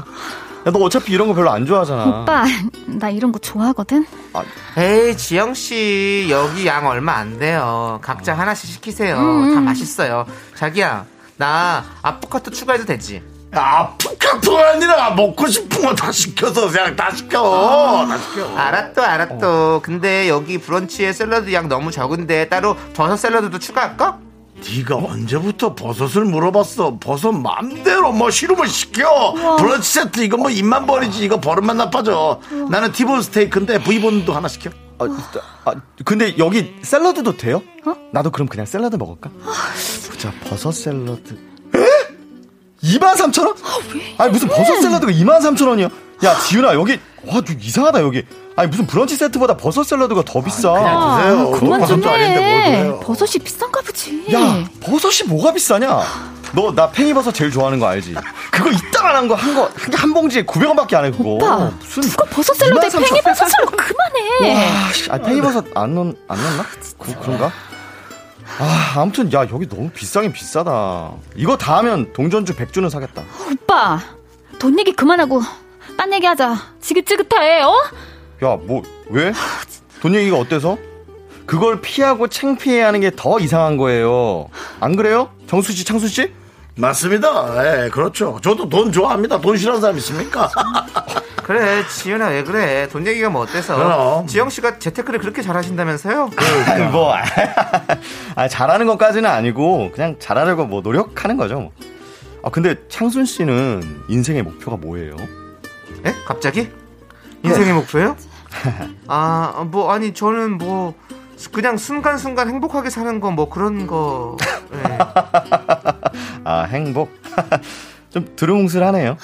[SPEAKER 6] 야, 너 어차피 이런 거 별로 안 좋아하잖아.
[SPEAKER 7] 오빠, 나 이런 거 좋아하거든?
[SPEAKER 2] 에이 지영 씨 여기 양 얼마 안 돼요.
[SPEAKER 1] 어.
[SPEAKER 2] 각자 하나씩 시키세요.
[SPEAKER 7] 음.
[SPEAKER 2] 다 맛있어요. 자기야 나 아프카토 추가해도 되지?
[SPEAKER 1] 아프카토가 아니라 먹고 싶은 거 다 시켜서 그냥 다
[SPEAKER 7] 아.
[SPEAKER 1] 시켜. 다 시켜.
[SPEAKER 2] 알았어 알았어. 근데 여기 브런치에 샐러드 양 너무 적은데 따로 버섯 샐러드도 추가할까?
[SPEAKER 1] 네가 언제부터 버섯을 물어봤어? 버섯 맘대로 뭐 싫으면 시켜. 브런치 세트 이거 뭐 입만 버리지 이거 버릇만 나빠져. 나는 티본 스테이크인데 브이본도 하나 시켜.
[SPEAKER 6] 아, 아, 근데 여기 샐러드도 돼요? 나도 그럼 그냥 샐러드 먹을까? 보자, 버섯 샐러드. 에? 23,000원? 아니, 무슨 버섯 샐러드가 23,000원이야? 야, 지윤아, 여기, 와, 좀 이상하다, 여기. 아니, 무슨 브런치 세트보다 버섯 샐러드가 더 비싸.
[SPEAKER 7] 아, 그만 좀 해. 버섯이 비싼가 보지.
[SPEAKER 6] 야, 버섯이 뭐가 비싸냐? 너 나 팽이버섯 제일 좋아하는 거 알지? 그거 이따만한 거 한 거 한 봉지에 900원밖에 안 해 그거.
[SPEAKER 7] 오빠,
[SPEAKER 6] 무슨
[SPEAKER 7] 누가 버섯 샐러드에
[SPEAKER 6] 23,000
[SPEAKER 7] 팽이 버섯으로 그만해.
[SPEAKER 6] 와, 씨, 아 팽이버섯 안 넣, 안 넣나? 그, 그런가? 아, 아무튼 야 여기 너무 비싸긴 비싸다. 이거 다 하면 동전주 100주는 사겠다.
[SPEAKER 7] 어, 오빠, 돈 얘기 그만하고 딴 얘기 하자. 지긋지긋해, 어?
[SPEAKER 6] 야, 뭐 왜? 돈 얘기가 어때서? 그걸 피하고 창피해 하는 게 더 이상한 거예요. 안 그래요? 정수 씨, 창수 씨?
[SPEAKER 1] 맞습니다. 예, 그렇죠. 저도 돈 좋아합니다. 돈 싫어하는 사람 있습니까?
[SPEAKER 2] 그래 지윤아 왜 그래? 돈 얘기가 뭐 어때서?
[SPEAKER 1] 그럼. 네.
[SPEAKER 2] 지영 씨가 재테크를 그렇게 잘하신다면서요?
[SPEAKER 6] 아니, 뭐, 아, 잘하는 것까지는 아니고, 그냥 잘하려고 뭐 노력하는 거죠. 뭐. 아, 근데 창순 씨는 인생의 목표가 뭐예요?
[SPEAKER 2] 에? 갑자기? 인생의 목표요? 아, 뭐, 아니, 저는 뭐, 그냥 순간순간 행복하게 사는 거, 뭐 그런 거. 예.
[SPEAKER 6] 아, 행복? 좀 두루뭉술하네요.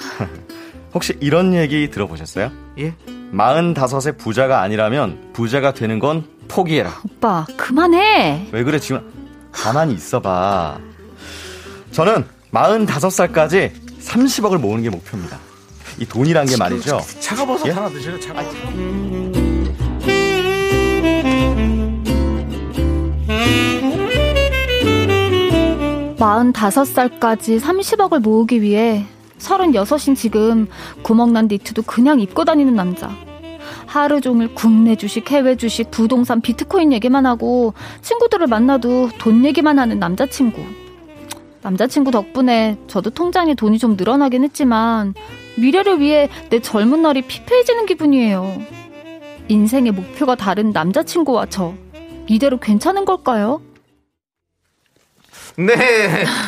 [SPEAKER 6] 혹시 이런 얘기 들어보셨어요?
[SPEAKER 2] 예?
[SPEAKER 6] 45세 부자가 아니라면 부자가 되는 건 포기해라.
[SPEAKER 7] 오빠, 그만해.
[SPEAKER 6] 왜 그래, 지금? 가만히 있어봐. 저는 45살까지 30억을 모으는 게 목표입니다. 이 돈이란 게 말이죠.
[SPEAKER 1] 차가버섯
[SPEAKER 6] 예?
[SPEAKER 1] 하나 드시는 차가버섯.
[SPEAKER 7] 마흔다섯 살까지 30억을 모으기 위해 36인 지금 구멍난 니트도 그냥 입고 다니는 남자. 하루 종일 국내 주식, 해외 주식, 부동산, 비트코인 얘기만 하고 친구들을 만나도 돈 얘기만 하는 남자친구. 남자친구 덕분에 저도 통장에 돈이 좀 늘어나긴 했지만 미래를 위해 내 젊은 날이 피폐해지는 기분이에요. 인생의 목표가 다른 남자친구와 저. 이대로 괜찮은 걸까요?
[SPEAKER 2] 네.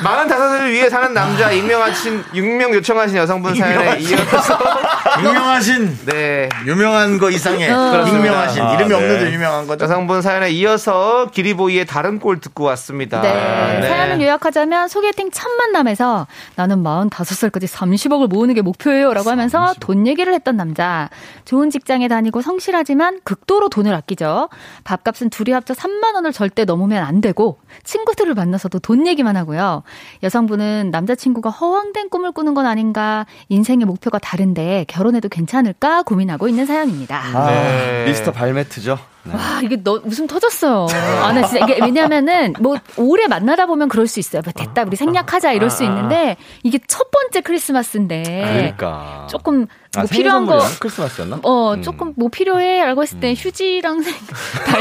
[SPEAKER 2] 45을 위해 사는 남자, 익명하신, 익명 요청하신 여성분 사연에 이어서.
[SPEAKER 1] 유명하신
[SPEAKER 2] 네.
[SPEAKER 1] 유명한 거 이상해.
[SPEAKER 7] 어.
[SPEAKER 2] 그렇습니다.
[SPEAKER 1] 유명하신
[SPEAKER 6] 아,
[SPEAKER 1] 이름이
[SPEAKER 6] 네.
[SPEAKER 1] 없는데 유명한 거죠.
[SPEAKER 2] 여성분 사연에 이어서 기리보이의 다른 꼴 듣고 왔습니다.
[SPEAKER 7] 네. 사연을 요약하자면 소개팅 첫 만남에서 나는 45살까지 30억을 모으는 게 목표예요라고 하면서 돈 얘기를 했던 남자. 좋은 직장에 다니고 성실하지만 극도로 돈을 아끼죠. 밥값은 둘이 합쳐 3만 원을 절대 넘으면 안 되고 친구들을 만나서도 돈 돈 얘기만 하고요. 여성분은 남자친구가 허황된 꿈을 꾸는 건 아닌가, 인생의 목표가 다른데 결혼해도 괜찮을까 고민하고 있는 사연입니다.
[SPEAKER 6] 아, 미스터 발매트죠. 네.
[SPEAKER 7] 와, 아, 이게 너 웃음 터졌어요. 아, 나 진짜 이게 왜냐면은 뭐 오래 만나다 보면 그럴 수 있어요. 뭐 됐다, 우리 생략하자 이럴 수
[SPEAKER 6] 아, 아.
[SPEAKER 7] 있는데 이게 첫 번째 크리스마스인데
[SPEAKER 6] 그러니까.
[SPEAKER 7] 조금
[SPEAKER 6] 아,
[SPEAKER 7] 뭐
[SPEAKER 6] 생일
[SPEAKER 7] 필요한 거.
[SPEAKER 6] 선물이야? 음. 크리스마스였나?
[SPEAKER 7] 어, 조금 뭐 필요해 알고 있을 때 휴지랑 생-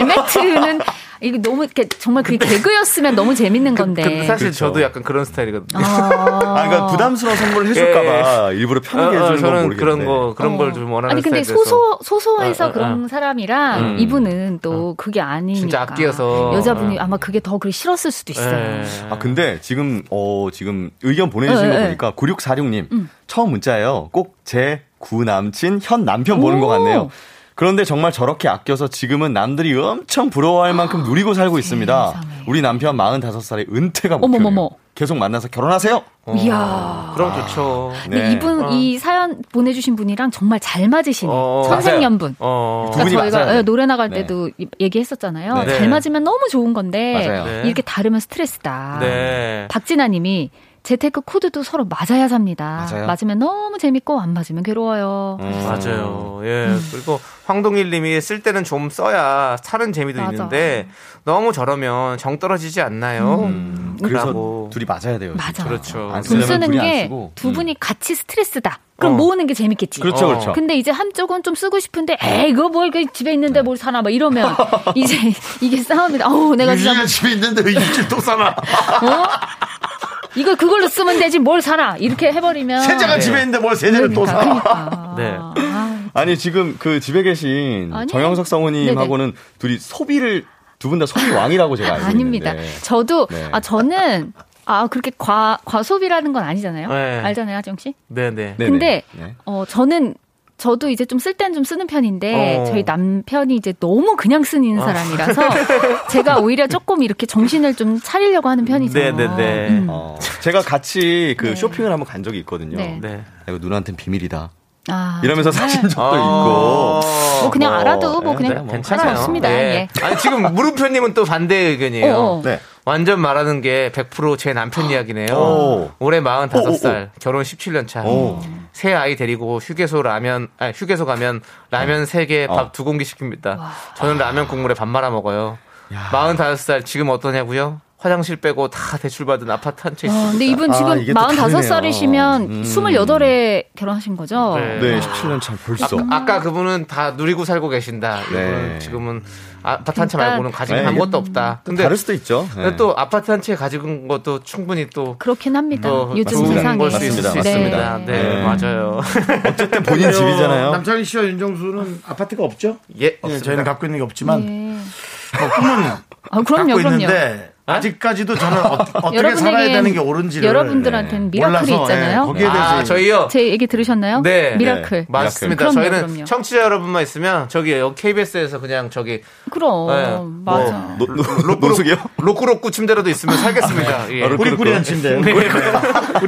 [SPEAKER 7] 발매트는 이거 너무 이렇게 정말 그게 개그였으면 너무 재밌는 건데.
[SPEAKER 2] 근데 사실
[SPEAKER 6] 그렇죠.
[SPEAKER 2] 저도 약간 그런 스타일이거든요.
[SPEAKER 6] 아, 그러니까
[SPEAKER 7] 어.
[SPEAKER 6] 부담스러운 선물을
[SPEAKER 1] 예.
[SPEAKER 6] 해줄까봐 일부러 편하게
[SPEAKER 2] 어, 어,
[SPEAKER 6] 해주는 건
[SPEAKER 2] 저는
[SPEAKER 6] 모르겠는데.
[SPEAKER 2] 그런 거 그런 걸 좀 원하는
[SPEAKER 7] 어. 아니 근데
[SPEAKER 2] 스타일이라서.
[SPEAKER 7] 소소 소소해서
[SPEAKER 2] 어, 어,
[SPEAKER 7] 그런
[SPEAKER 2] 어.
[SPEAKER 7] 사람이랑
[SPEAKER 2] 음.
[SPEAKER 7] 이분은 또 그게 아니니까
[SPEAKER 2] 진짜 아끼어서.
[SPEAKER 7] 여자분이
[SPEAKER 2] 어. 예.
[SPEAKER 7] 아마 그게 더 그리 싫었을 수도 있어요.
[SPEAKER 6] 아, 근데 지금, 어, 지금 의견 보내주신
[SPEAKER 7] 예,
[SPEAKER 6] 거
[SPEAKER 7] 예.
[SPEAKER 6] 보니까 9646님,
[SPEAKER 7] 음.
[SPEAKER 6] 처음 문자예요. 꼭 제 구남친, 현 남편 보는 것 같네요. 그런데 정말 저렇게 아껴서 지금은 남들이 엄청 부러워할
[SPEAKER 7] 아,
[SPEAKER 6] 만큼 누리고 살고 있습니다. 우리 남편 45살의 은퇴가 목표예요.
[SPEAKER 7] 어머머머.
[SPEAKER 6] 계속 만나서 결혼하세요.
[SPEAKER 7] 이야.
[SPEAKER 2] 어. 그럼 좋죠.
[SPEAKER 7] 근데 이분 이 사연 보내주신 분이랑 정말 잘 맞으시네.
[SPEAKER 2] 어,
[SPEAKER 7] 선생연분.
[SPEAKER 2] 맞아요. 어.
[SPEAKER 6] 두 분이
[SPEAKER 7] 저희가
[SPEAKER 6] 맞아요.
[SPEAKER 7] 예, 노래 나갈
[SPEAKER 6] 네.
[SPEAKER 7] 때도 이- 얘기했었잖아요.
[SPEAKER 2] 네.
[SPEAKER 7] 잘 맞으면 너무 좋은 건데
[SPEAKER 6] 맞아요.
[SPEAKER 2] 네.
[SPEAKER 7] 이렇게 다르면 스트레스다.
[SPEAKER 2] 네.
[SPEAKER 7] 박진아님이 재테크 코드도 서로 맞아야 삽니다.
[SPEAKER 2] 맞아요.
[SPEAKER 7] 맞으면 너무 재밌고 안 맞으면 괴로워요.
[SPEAKER 2] 음. 맞아요. 예. 그리고 황동일 님이 쓸 때는 좀 써야 사는 재미도
[SPEAKER 7] 맞아.
[SPEAKER 2] 있는데 너무 저러면 정 떨어지지 않나요?
[SPEAKER 6] 그래서
[SPEAKER 2] 라고.
[SPEAKER 6] 둘이 맞아야 돼요.
[SPEAKER 7] 맞아.
[SPEAKER 2] 그렇죠.
[SPEAKER 7] 돈
[SPEAKER 6] 안 쓰려면
[SPEAKER 7] 쓰는
[SPEAKER 6] 둘이 안
[SPEAKER 7] 게
[SPEAKER 6] 쓰고.
[SPEAKER 7] 두 분이 같이 스트레스다. 그럼
[SPEAKER 6] 어.
[SPEAKER 7] 모으는 게 재밌겠지.
[SPEAKER 2] 어.
[SPEAKER 6] 그렇죠, 그렇죠.
[SPEAKER 7] 근데 이제 한쪽은 좀 쓰고 싶은데, 에이, 그거 뭘 이렇게 집에 있는데 뭘 사나, 막 이러면 이제 이게 싸움이다. 어우, 내가 진짜
[SPEAKER 10] 유진이 집에 있는데 왜 육질 또 싸나?
[SPEAKER 7] 어? 이거 그걸로 쓰면 되지 뭘 사나 이렇게 해버리면
[SPEAKER 10] 세자가
[SPEAKER 7] 네. 그러니까.
[SPEAKER 10] 집에 있는데 뭘 세자를 또 사?
[SPEAKER 2] 네.
[SPEAKER 6] 아니 지금 그 집에 계신
[SPEAKER 7] 아니요.
[SPEAKER 6] 정영석 성우님하고는 둘이 소비를 두 분 다 소비 왕이라고 제가 알고
[SPEAKER 7] 아닙니다.
[SPEAKER 6] 있는데.
[SPEAKER 7] 저도
[SPEAKER 6] 네.
[SPEAKER 7] 아 저는 아 그렇게 과 과소비라는 건 아니잖아요.
[SPEAKER 2] 네.
[SPEAKER 7] 알잖아요, 하정 씨.
[SPEAKER 2] 네, 네.
[SPEAKER 6] 네네.
[SPEAKER 7] 근데
[SPEAKER 6] 네.
[SPEAKER 7] 어 저는 저도 이제 좀 쓸 땐 좀 쓰는 편인데
[SPEAKER 2] 어.
[SPEAKER 7] 저희 남편이 이제 너무 그냥 쓰는 사람이라서 제가 오히려 조금 이렇게 정신을 좀 차리려고 하는 편이죠.
[SPEAKER 2] 네, 네, 네.
[SPEAKER 7] 음.
[SPEAKER 6] 어, 제가 같이 그 쇼핑을 한번 간 적이 있거든요.
[SPEAKER 7] 네.
[SPEAKER 2] 네.
[SPEAKER 6] 아, 이거 누나한테는 비밀이다.
[SPEAKER 7] 아,
[SPEAKER 6] 이러면서
[SPEAKER 7] 정말.
[SPEAKER 6] 사진 적도 있고.
[SPEAKER 7] 뭐 그냥
[SPEAKER 6] 뭐,
[SPEAKER 7] 알아도 뭐
[SPEAKER 6] 네,
[SPEAKER 7] 그냥
[SPEAKER 6] 네, 뭐
[SPEAKER 7] 상관없습니다. 예.
[SPEAKER 2] 네. 아니, 지금 물음표님은 또 반대 의견이에요.
[SPEAKER 7] 어, 어.
[SPEAKER 6] 네.
[SPEAKER 2] 완전 말하는 게 100%제 남편 이야기네요.
[SPEAKER 6] 오.
[SPEAKER 2] 올해
[SPEAKER 6] 오,
[SPEAKER 2] 45살, 결혼 17년 차.
[SPEAKER 6] 오.
[SPEAKER 2] 새 아이 데리고 휴게소 라면, 아니, 휴게소 가면 라면 3개, 밥
[SPEAKER 6] 어.
[SPEAKER 2] 두 공기 시킵니다. 저는 라면 국물에 밥 말아 먹어요. 45살, 지금 어떠냐고요? 화장실 빼고 다 대출받은 아파트 한 채
[SPEAKER 7] 아,
[SPEAKER 2] 있습니다.
[SPEAKER 7] 근데 이분
[SPEAKER 6] 아,
[SPEAKER 7] 지금
[SPEAKER 6] 이게 또 다르네요.
[SPEAKER 7] 45살이시면
[SPEAKER 6] 음.
[SPEAKER 7] 스물 28에 결혼하신 거죠? 그러니까
[SPEAKER 2] 네.
[SPEAKER 6] 네, 17년 차 벌써.
[SPEAKER 2] 아까 그분은 다 누리고 살고 계신다.
[SPEAKER 6] 네.
[SPEAKER 2] 이분은 지금은 아파트 한 채
[SPEAKER 7] 그러니까-
[SPEAKER 2] 말고는 가진 게
[SPEAKER 6] 네.
[SPEAKER 2] 아무것도 없다. 근데
[SPEAKER 6] 다를 수도 있죠. 네.
[SPEAKER 2] 근데 또 아파트 한 채 가지고 온 것도 충분히 또
[SPEAKER 7] 그렇긴 합니다.
[SPEAKER 2] 또
[SPEAKER 7] 요즘
[SPEAKER 6] 맞습니다.
[SPEAKER 7] 세상에.
[SPEAKER 2] 걸수 있을 수
[SPEAKER 6] 맞습니다.
[SPEAKER 2] 있습니다. 네,
[SPEAKER 6] 네.
[SPEAKER 2] 맞아요.
[SPEAKER 6] 어쨌든 본인 집이잖아요.
[SPEAKER 1] 남창희 씨와 윤정수는 아파트가 없죠?
[SPEAKER 2] 예,
[SPEAKER 1] 예,
[SPEAKER 2] 없습니다.
[SPEAKER 1] 저희는 갖고 있는 게 없지만
[SPEAKER 7] 네.
[SPEAKER 6] 어,
[SPEAKER 1] 뭐 꿈은
[SPEAKER 7] 아, 그럼요,
[SPEAKER 1] 갖고
[SPEAKER 7] 그럼요.
[SPEAKER 1] 있는데 아직까지도 저는 어, 어떻게
[SPEAKER 7] 여러분에겐-
[SPEAKER 1] 살아야 되는 게 옳은지를
[SPEAKER 7] 여러분들한테는
[SPEAKER 1] 몰라서,
[SPEAKER 7] 미라클이
[SPEAKER 1] 예,
[SPEAKER 7] 있잖아요.
[SPEAKER 1] 거기에 대해서
[SPEAKER 2] 아, 저희요.
[SPEAKER 7] 제 얘기 들으셨나요?
[SPEAKER 2] 네.
[SPEAKER 7] 미라클.
[SPEAKER 2] 맞습니다.
[SPEAKER 7] 그럼요,
[SPEAKER 2] 저희는
[SPEAKER 7] 그럼요.
[SPEAKER 2] 청취자 여러분만 있으면 저기 여기 KBS에서 그냥 저기
[SPEAKER 7] 그럼
[SPEAKER 2] 네.
[SPEAKER 7] 맞아.
[SPEAKER 6] 노- 노- 노숙이요?
[SPEAKER 2] 로꾸로꾸 침대라도 있으면 살겠습니다. 예.
[SPEAKER 1] 우리 꾸리한 침대 우리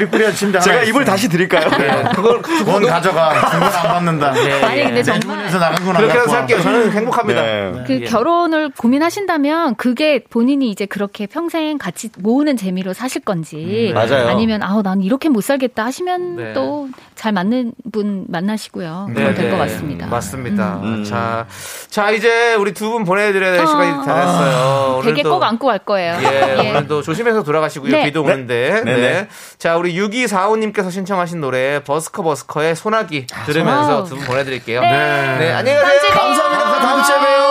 [SPEAKER 1] 꾸리한 침대 하나
[SPEAKER 6] 네. 제가
[SPEAKER 1] 있어요.
[SPEAKER 6] 입을 다시 드릴까요?
[SPEAKER 2] 네, 그걸
[SPEAKER 1] 돈 가져가 중고는 안 받는다
[SPEAKER 2] 네.
[SPEAKER 7] 아니 근데
[SPEAKER 1] 내
[SPEAKER 7] 정말
[SPEAKER 1] 돈에서 나간 건안
[SPEAKER 2] 그렇게
[SPEAKER 1] 갖고
[SPEAKER 2] 해서
[SPEAKER 1] 와.
[SPEAKER 2] 할게요. 저는 행복합니다.
[SPEAKER 6] 네.
[SPEAKER 7] 그
[SPEAKER 2] 예.
[SPEAKER 7] 결혼을 고민하신다면 그게 본인이 이제 그렇게 평생 같이 모으는 재미로 사실 건지
[SPEAKER 6] 음, 맞아요.
[SPEAKER 7] 니면 아우 난 이렇게 못 살겠다 하시면
[SPEAKER 2] 네.
[SPEAKER 7] 또 잘 맞는 분 만나시고요. 그럼 될 것
[SPEAKER 2] 네.
[SPEAKER 7] 같습니다.
[SPEAKER 2] 맞습니다. 자, 자 이제 우리 두 분 보내드려야 될 시간이 다 됐어요.
[SPEAKER 7] 아, 되게
[SPEAKER 2] 오늘도-
[SPEAKER 7] 꼭 안고 갈 거예요.
[SPEAKER 2] 예, 오늘도 조심해서 돌아가시고요.
[SPEAKER 7] 네.
[SPEAKER 2] 비도 오는데.
[SPEAKER 6] 네.
[SPEAKER 2] 네.
[SPEAKER 6] 네네.
[SPEAKER 2] 자, 우리 6245님께서 신청하신 노래 버스커 버스커의 소나기 들으면서
[SPEAKER 7] 아, 소나기.
[SPEAKER 2] 두 분 보내드릴게요. 네. 네, 안녕히
[SPEAKER 7] 다음
[SPEAKER 2] 가세요.
[SPEAKER 7] 주에 봬요.
[SPEAKER 2] 감사합니다. 다음 주에 봬요.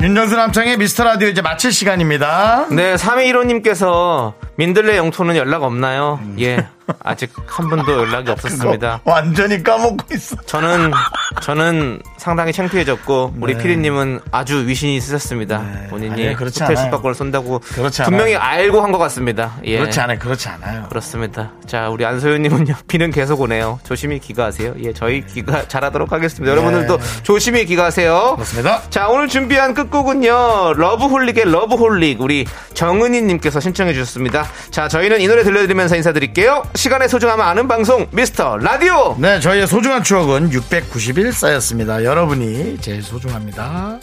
[SPEAKER 1] 윤정수 남창의 미스터 라디오 이제 마칠 시간입니다
[SPEAKER 2] 네, 3215님께서 민들레 영토는 연락 없나요? 예. 아직 한 번도 연락이 없었습니다.
[SPEAKER 1] 완전히 까먹고 있어
[SPEAKER 2] 저는 저는 상당히 창피해졌고 우리
[SPEAKER 10] 네.
[SPEAKER 2] 피디님은 아주 위신이 쓰셨습니다. 본인이
[SPEAKER 10] 아니요, 그렇지
[SPEAKER 2] 호텔
[SPEAKER 10] 않아요.
[SPEAKER 2] 숙박권을 쏜다고
[SPEAKER 10] 그렇지 않아요.
[SPEAKER 2] 분명히 알고 한 것 같습니다. 예.
[SPEAKER 10] 그렇지 않아요. 그렇지 않아요.
[SPEAKER 2] 그렇습니다. 자, 우리 안소연님은요, 비는 계속 오네요. 조심히 귀가하세요. 예, 저희 귀가 잘하도록 하겠습니다. 여러분들도 조심히 귀가하세요.
[SPEAKER 10] 네. 그렇습니다.
[SPEAKER 2] 자, 오늘 준비한 끝곡은요, 러브홀릭의 러브홀릭, 우리 정은희님께서 신청해 주셨습니다. 자, 저희는 이 노래 들려드리면서 인사드릴게요. 시간의 소중함을 아는 방송, 미스터 라디오!
[SPEAKER 10] 네, 저희의 소중한 추억은 691 쌓였습니다. 여러분이 제일 소중합니다.